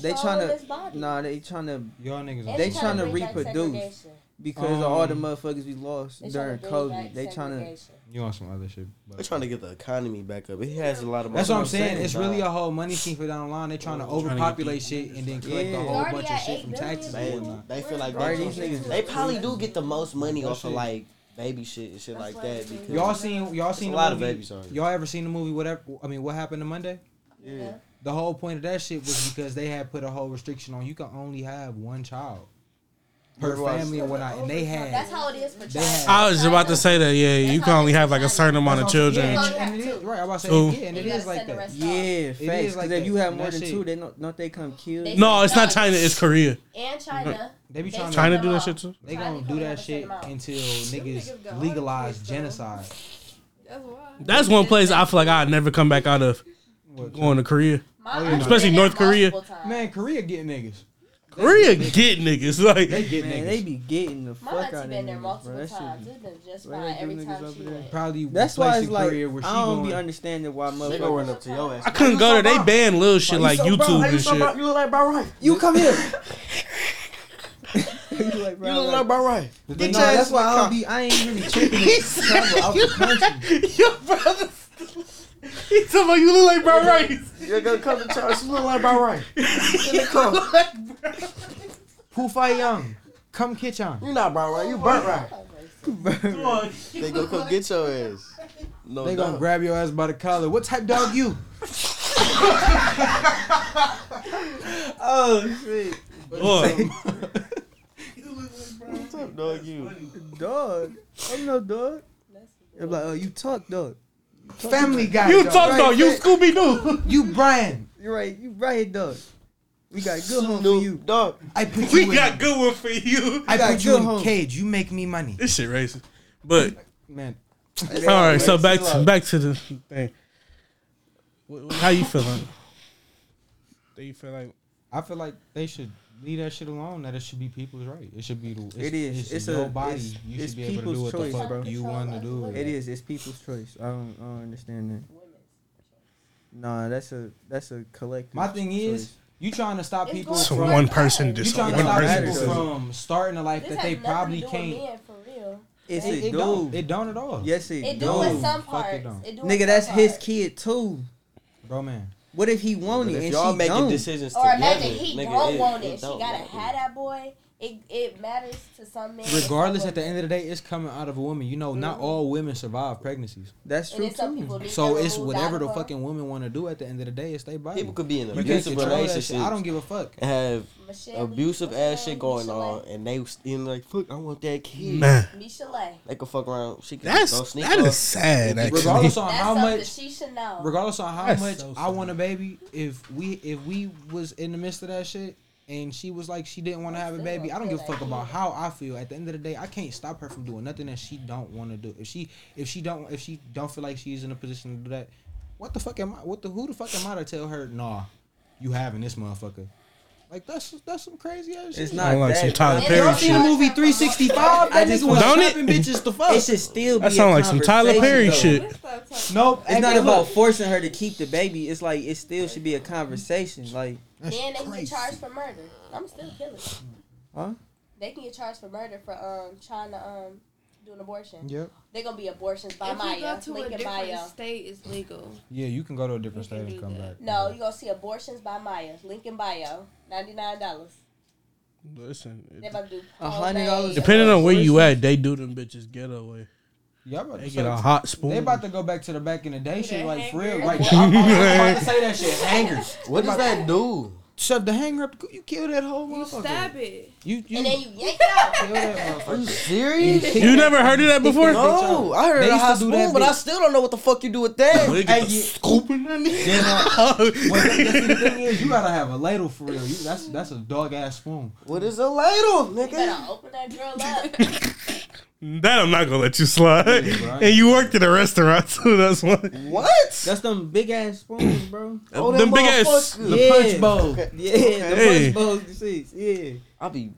C: they trying to, nah, they trying to,
E: y'all niggas.
C: they tryna reproduce. because of all the
E: Um,
C: motherfuckers we lost during COVID, they trying to.
E: You on some other shit?
F: They're trying to get the economy back up. It has a lot of.
E: That's what I'm saying.
F: money.
E: It's really a whole money scheme for down the line. They trying to
D: trying to get
E: overpopulate shit and then collect
C: Yeah.
E: a whole
J: Already
E: bunch of
J: at
E: shit
J: eight
E: from
J: billion
E: taxes
F: They,
E: and whatnot.
F: they feel like
C: Right,
F: they,
C: these niggas-
F: they probably do get the most money
E: That
F: off of
E: shit.
F: like baby shit and shit
J: That's
F: like
J: why
F: that
J: it's
F: because
E: Y'all seen? Y'all
F: it's a
E: seen the
F: lot of
E: movie?
F: babies on
E: Y'all ever seen the movie? Whatever. I mean, what happened to Monday?
C: Yeah.
E: The whole point of that shit was because they had put a whole restriction on you can only have one child per
F: Remember I was-
E: family and whatnot, and they had.
J: That's how it is for
E: They
J: children.
E: had-
D: I was about to say that. Yeah, you can only have like a certain amount of
E: That's what I'm-
D: children.
E: Yeah,
J: children.
E: and, and it is, right. I was
D: Two.
E: about to say yeah, and it
J: You
E: is
J: gotta
E: like
J: send the
E: that.
J: rest
C: Yeah,
E: is
C: facts.
E: like
C: Because if
E: that.
C: you have more
E: That
C: than
E: shit-
C: two, they don't, don't they come kill you?
J: They-
D: No, it's not China. It's Korea.
J: And China.
E: They be
J: They
E: trying to
D: China do that shit too.
E: They
J: Trying
E: gonna
J: to
E: do
J: come
E: that
J: up and
E: shit
J: take 'em out.
E: until
I: niggas got
E: niggas
I: hard
E: legalize
I: kids, though.
E: genocide.
I: That's why.
D: That's one place I feel like I'd never come back out of going to Korea.
J: My
E: Oh, yeah.
J: aunt
D: Especially
J: did that
D: North Korea.
J: multiple times.
E: Man, Korea get niggas.
D: Korea get niggas
E: They
D: like
E: get
C: Man,
E: niggas.
C: they be getting the fuck
J: My auntie
C: out of
J: been there
C: niggas, bro.
J: multiple
C: That shit
J: times.
C: be-
J: It's been just
C: Where
J: fine
C: they
J: every
C: do niggas
J: time
C: over
J: she
C: there?
J: went.
E: probably
C: That's why
E: place
C: it's
E: in
C: like I
E: Korea where she
C: don't be
E: going.
C: understanding why
F: They
C: motherfuckers.
F: gonna run up to your
D: I
F: ass.
D: couldn't go there. They ban little shit like YouTube and shit.
F: You look like bro right.
C: You come here. you like, bro,
F: You
C: like-
F: look like my right.
E: But
F: Get
E: no,
F: your
E: that's
F: ass
E: why
F: in my
E: I
F: car.
E: don't be. I ain't really tripping to travel out the country.
F: Your brother.
D: He talking about you look like Brown Rice.
F: You're gonna come to church. You look like my right. In the car.
E: Pufai Young, come kitchen.
F: You're not brown right. You burnt right.
D: Come on.
F: They gonna come get your ass. No
E: Oh, They gonna
F: doubt.
E: grab your ass by the collar. What type dog you?
H: Oh shit!
D: Boy,
F: What's up, dog? You.
C: dog. I'm no dog. I'm like, oh, you talk, dog.
E: Family guy.
D: you
E: dog.
D: talk about
E: Right,
D: you
E: right.
D: Scooby Doo.
E: You Brian.
C: You're right. You right here, dog. We got a good home for you.
F: Snoop Dogg.
E: I put
D: We
E: you in.
D: got good one for you.
E: I
C: got
E: put you
C: good
E: in
C: homes.
E: cage. You make me money.
D: This shit racist. But
E: Man,
D: all right, so back to back to the thing. Wh- wh- How you feeling? Do you feel like
E: I feel like they should leave that shit alone. That it should be people's right. It should be. It's,
C: It is.
E: It's,
C: It's a-
E: your body.
C: it's-
E: you
C: it's
E: should be able to do
C: people's
E: what
C: choice,
E: the fuck
C: bro.
E: you want to do.
C: It is. It's people's choice. I don't. I don't understand that. Nah, that's a that's a collective.
E: My thing is,
C: choice.
E: you trying to stop
I: It's
E: people
I: going
D: so
E: from.
D: one person
E: you
D: just
E: trying
D: one
E: to stop
D: person
E: people
D: decision.
E: from starting a life
I: This
E: that
I: has
E: they
I: nothing to
E: probably
I: do with
E: can't.
I: men, for real.
C: it's
E: It,
C: a
E: it
C: dude.
E: don't. It don't at all.
C: yes, it,
I: It do
E: No,
C: do.
I: in some
E: fuck it
I: parts.
E: don't.
I: It do in
C: Nigga,
I: some
C: that's his
I: parts.
C: kid too.
E: bro, man.
C: What if he wanted
F: If
C: and
F: y'all
C: she
F: making
C: don't?
F: decisions
I: Or
F: together,
I: imagine he
F: nigga,
I: don't want it. She
F: don't
I: gotta
F: matter.
I: have that boy. It it matters to some men.
E: Regardless, at the end of the day, it's coming out of a woman. You know, not
I: Mhm.
E: all women survive pregnancies.
C: That's
I: and
C: true
I: then some people
C: too.
I: leave
E: So
I: their
E: it's
I: rules
E: whatever
I: out
E: the
I: of her.
E: fucking woman want to do. At the end of the day, it's their body.
F: People could be in
E: you can't
F: abusive
E: control that
F: relationships.
E: shit. I don't give a fuck.
F: have
I: Michelle,
F: abusive
I: what's her
F: ass
I: name?
F: shit going
I: Michelle?
F: on, and they in like, fuck, I want that kid.
D: Man,
I: Michelle.
F: They could fuck around. She could go
D: that's
F: sneak
D: that
F: off.
D: is sad. Actually,
E: Regardless on
I: That's
E: how
I: something
E: much,
I: she should know.
E: regardless on how
D: That's
E: much
D: so
E: I want a
D: sad.
E: baby, if we if we was in the midst of that shit and she was like she didn't want to
I: I
E: have a
I: still
E: baby,
I: don't
E: I don't
I: feel
E: give a fuck
I: that
E: about
I: either.
E: how I feel. At the end of the day, I can't stop her from doing nothing that she don't want to do. If she if she don't if she don't feel like she's in a position to do that, what the fuck am I? What the who the fuck am I to tell her? Nah, you having this motherfucker. Like that's that's some crazy ass shit.
C: It's
D: I
C: not
D: like some
C: that.
D: Tyler
C: bro.
D: Perry
E: Y'all seen the movie 365? That
C: I just
E: nigga was
D: Don't it?
E: slapping bitches to fuck.
C: It should still be.
D: that
C: a
D: sound like some Tyler
C: conversation,
D: Perry
C: though.
D: shit.
E: Nope,
C: It's not
E: Hey, look.
C: about forcing her to keep the baby. It's like it still should be a conversation. Like
I: Then they can
E: crazy.
I: get charged for murder. I'm still killing.
C: Huh?
I: They can get charged for murder for um trying to um do an abortion.
E: Yep.
I: They gonna be abortions by
K: if you
I: Maya,
K: go to a
I: Lincoln
K: different
I: Maya.
K: state, it's legal.
E: Yeah, you can go to a different
K: You
E: state
K: can
E: and
K: do
E: come back.
K: that.
I: No, you gonna see abortions by Maya, Lincoln Bio, ninety nine dollars.
D: Listen,
I: They about to do
C: A
I: whole
C: hundred
I: thing.
C: dollars?
D: depending on where you at, they do them bitches getaway.
E: Y'all about to
D: They get a
E: say-
D: hot spoon.
E: They about to go back to the back in the day shit, like for real.
K: hangers.
E: Like I'm, about to say that shit. Hangers.
F: What does that do?
E: Shove the hanger up. You kill that whole
K: You
E: motherfucker.
K: stab it.
E: You you
I: And then you yank it out.
E: kill that
F: Are you
E: motherfucker.
F: serious?
D: you never heard of that before?
F: No, I heard
E: They
F: a
E: used
F: hot
E: to do that
F: spoon, but I
E: bitch.
F: still don't know what the fuck you do with that.
D: Hey, scooping that nigga.
E: Well, that- that's the thing is, you gotta have a ladle for real. You, that's that's a dog ass spoon.
F: What is a ladle,
I: You better
F: nigga?
I: open that girl up.
D: That I'm not gonna let you slide.
E: bro.
D: And you worked at a restaurant too. That's why.
F: What?
C: that's them big ass spoons, bro.
F: Oh,
D: them big ass-
F: motherfuckers.
C: The punch bowl. Yeah,
D: Hey.
C: the punch bowl disease. Yeah,
F: I be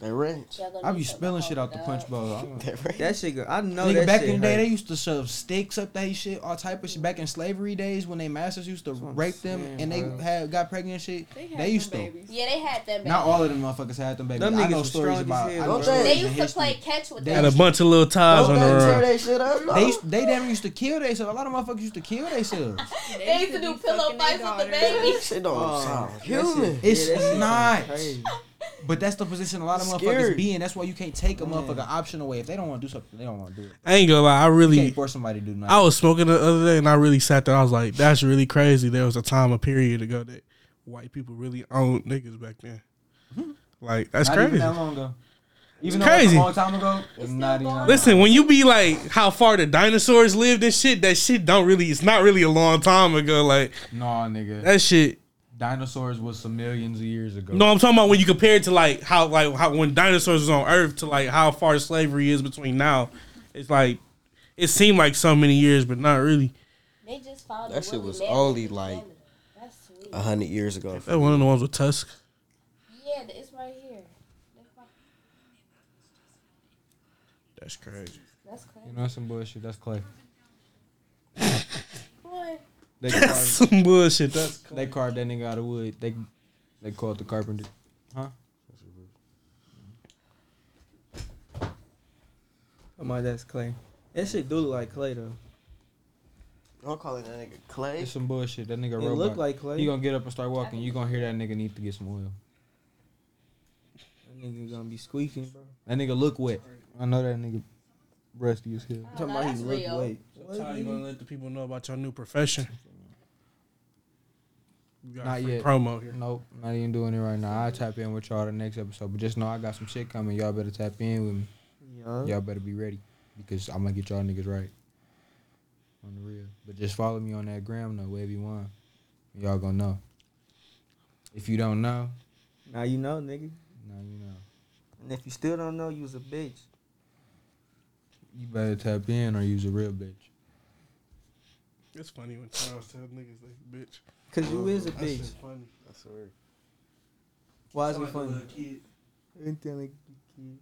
F: that ranch.
I: Y'all gonna
E: I
I: do
E: be
I: something
E: spilling
I: about
E: shit out the
I: that.
E: punch bowl. I'm-
F: That ranch.
C: that shit. Go, I know
E: Nigga,
C: that
E: back
C: shit
E: in the day,
C: hurt.
E: they used to shove sticks up they shit, all type of shit. Back in slavery days, when they masters used to
C: That's what I'm
E: rape them
C: saying,
E: and they
C: bro.
E: had got pregnant and shit,
K: They,
E: they,
K: have
E: used to.
K: them babies.
I: Yeah, they had them.
E: Not
I: back.
E: all of them motherfuckers had them babies.
C: Them
E: I
C: niggas
E: know
C: was
E: stories
C: strong
E: about.
C: as
E: I
C: hell,
E: know
F: bro.
E: stories
I: They
E: in
I: used to
E: history.
I: play catch with
E: They-
D: Had
I: them.
D: a bunch of little ties on
F: Don't
D: the
F: they tear
D: run.
F: that shit up? No.
E: They used- they damn near used to kill themselves. A lot of motherfuckers used to kill themselves.
I: They used to do
K: be fucking their
I: pillow fights with
K: daughters.
I: the baby.
F: That shit don't
C: Oh,
F: sound
C: that
F: human.
C: shit-
E: It's
C: yeah, that shit
E: not.
C: crazy.
E: But that's the position a lot of
F: Scary.
E: motherfuckers be in. That's why you can't take a
C: Man.
E: motherfucker option away. If they don't want to do something, they don't want to do it.
D: I ain't gonna lie. I
E: You can't
D: really,
E: force somebody to do nothing.
D: I was smoking the other day, and I really sat there. I was like, that's really crazy. There was a time, a period ago, that white people really owned niggas back then. Like that's
E: Mm-hmm. not
D: crazy.
E: even that long ago. Even
D: It's
E: though it's
D: crazy.
E: a long time ago, it's not even.
D: Listen, when you be like how far the dinosaurs lived and shit, that shit don't really. It's not really a long time ago. Like
E: nah, nigga.
D: that shit.
E: Dinosaurs was some millions of years ago.
D: No, I'm talking about when you compare it to like how like how when dinosaurs was on Earth to like how far slavery is between now. It's like it seemed like so many years, but not really.
I: They just found
F: That
I: a
F: shit
I: woolly
F: was
I: mammoth
F: only,
I: in
F: like-
I: Canada. That's sweet.
F: A hundred years ago.
D: That one of the ones with tusk.
I: Yeah, th- it's right here.
D: That's crazy.
I: That's crazy.
E: You know that's some bullshit. That's clay.
I: Boy,
E: They
D: That's
E: carved,
D: some bullshit. That's
E: they carved that nigga out of wood. They they called the carpenter.
C: Come on, that's Clay. That shit do look like Clay though.
F: Don't call it that nigga Clay.
E: It's some bullshit. That nigga
C: It
E: robot.
C: look like Clay.
E: he gonna get up and start walking. You gonna hear that nigga need to get some oil.
C: That nigga gonna be squeaking, bro.
J: Oh,
E: That nigga look wet. I know that nigga rusty as hell.
J: I
C: Talking
J: don't know,
C: about
J: that's
C: he look
J: real.
C: wet.
D: So how you gonna let the people know about your new profession? We got
E: Not
D: free
E: yet.
D: Promo here.
E: Nope, not even doing it right now. I'll tap in with y'all the next episode. But just know I got some shit coming. Y'all better tap in with me.
C: Yeah.
E: Y'all better be ready because I'm gonna get y'all niggas right on the real. But just follow me on that gram though, wherever you want. Y'all gonna know. If you don't know,
C: Now you know, nigga.
E: now you know.
C: And if you still don't know, you was a bitch.
E: You better tap in or use a real bitch.
D: It's funny when Charles tell niggas they bitch.
C: Cause you is a
D: That shit
C: bitch.
D: funny.
F: That's weird.
C: Why is
D: Sound
C: it
D: like a
C: funny?
D: little kid.
C: Ain't that like a kid?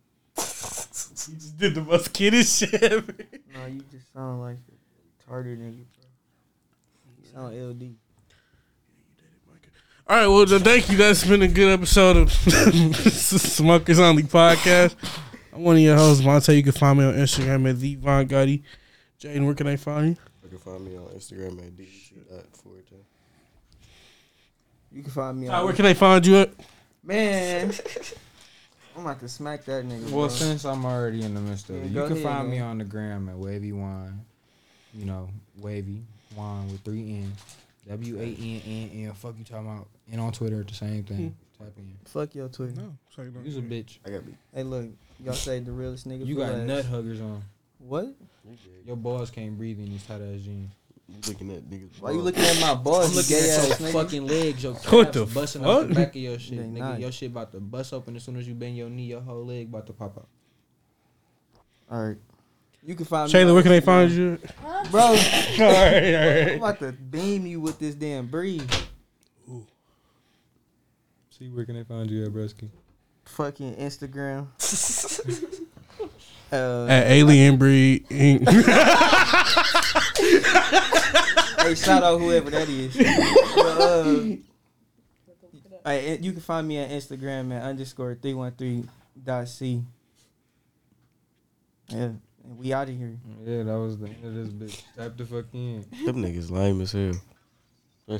D: You just did the most kiddish shit ever.
C: No, you just sound like a retarded nigga, bro. You
E: Oh,
C: sound LD.
D: All right, well, then thank you. That's been a good episode of Smokers Only Podcast. I'm one of your hosts, Monte. You can find me on Instagram at the Von Gotti. Jaden, where can I find you?
F: You can find me on Instagram at dc.forte.
C: You can find me
D: Ty, where
C: on
D: can I find you at?
C: Man. I'm about to smack that nigga.
E: Well,
C: bro.
E: since I'm already in the midst of
C: Yeah,
E: it,
C: go
E: you can
C: ahead,
E: find me
C: man.
E: on the gram at Wavy Wine. You know, Wavy Wine with three N's. W A N N N. Fuck you talking about. And on Twitter, the same thing. Tap in.
C: Fuck your Twitter.
D: No, sorry, no.
E: Use a bitch.
F: I got me.
C: Hey, look, y'all say the realest nigga.
E: You
C: for
E: got
C: last.
E: nut huggers on.
C: What?
F: You good.
E: Your balls can't breathe in these tight ass jeans.
F: You looking at niggas.
C: Why you looking at my balls?
E: I'm
C: you
E: looking
C: gay
E: at your
C: ass nigga?
E: fucking legs, your calves
D: What the
E: busting out the
D: fuck?
E: back of your shit,
C: They
E: nigga.
C: not.
E: Your shit about to bust open as soon as you bend your knee, your whole leg about to pop out.
C: All right. You can find me.
D: Shayla,
C: on
D: where can I
C: Instagram.
D: find you?
C: Bro,
D: All right, all
C: I'm
D: right.
C: about to beam you with this damn breeze.
E: See where can they find you at, Bresky?
C: Fucking Instagram. uh,
D: At Alien Breed Inc.
C: hey, shout out whoever that is. but, uh, I, you can find me on Instagram at underscore 313.c. Yeah, and we out of here.
E: Yeah, that was the end of this bitch. Tap the fuck in.
F: Them niggas lame as hell.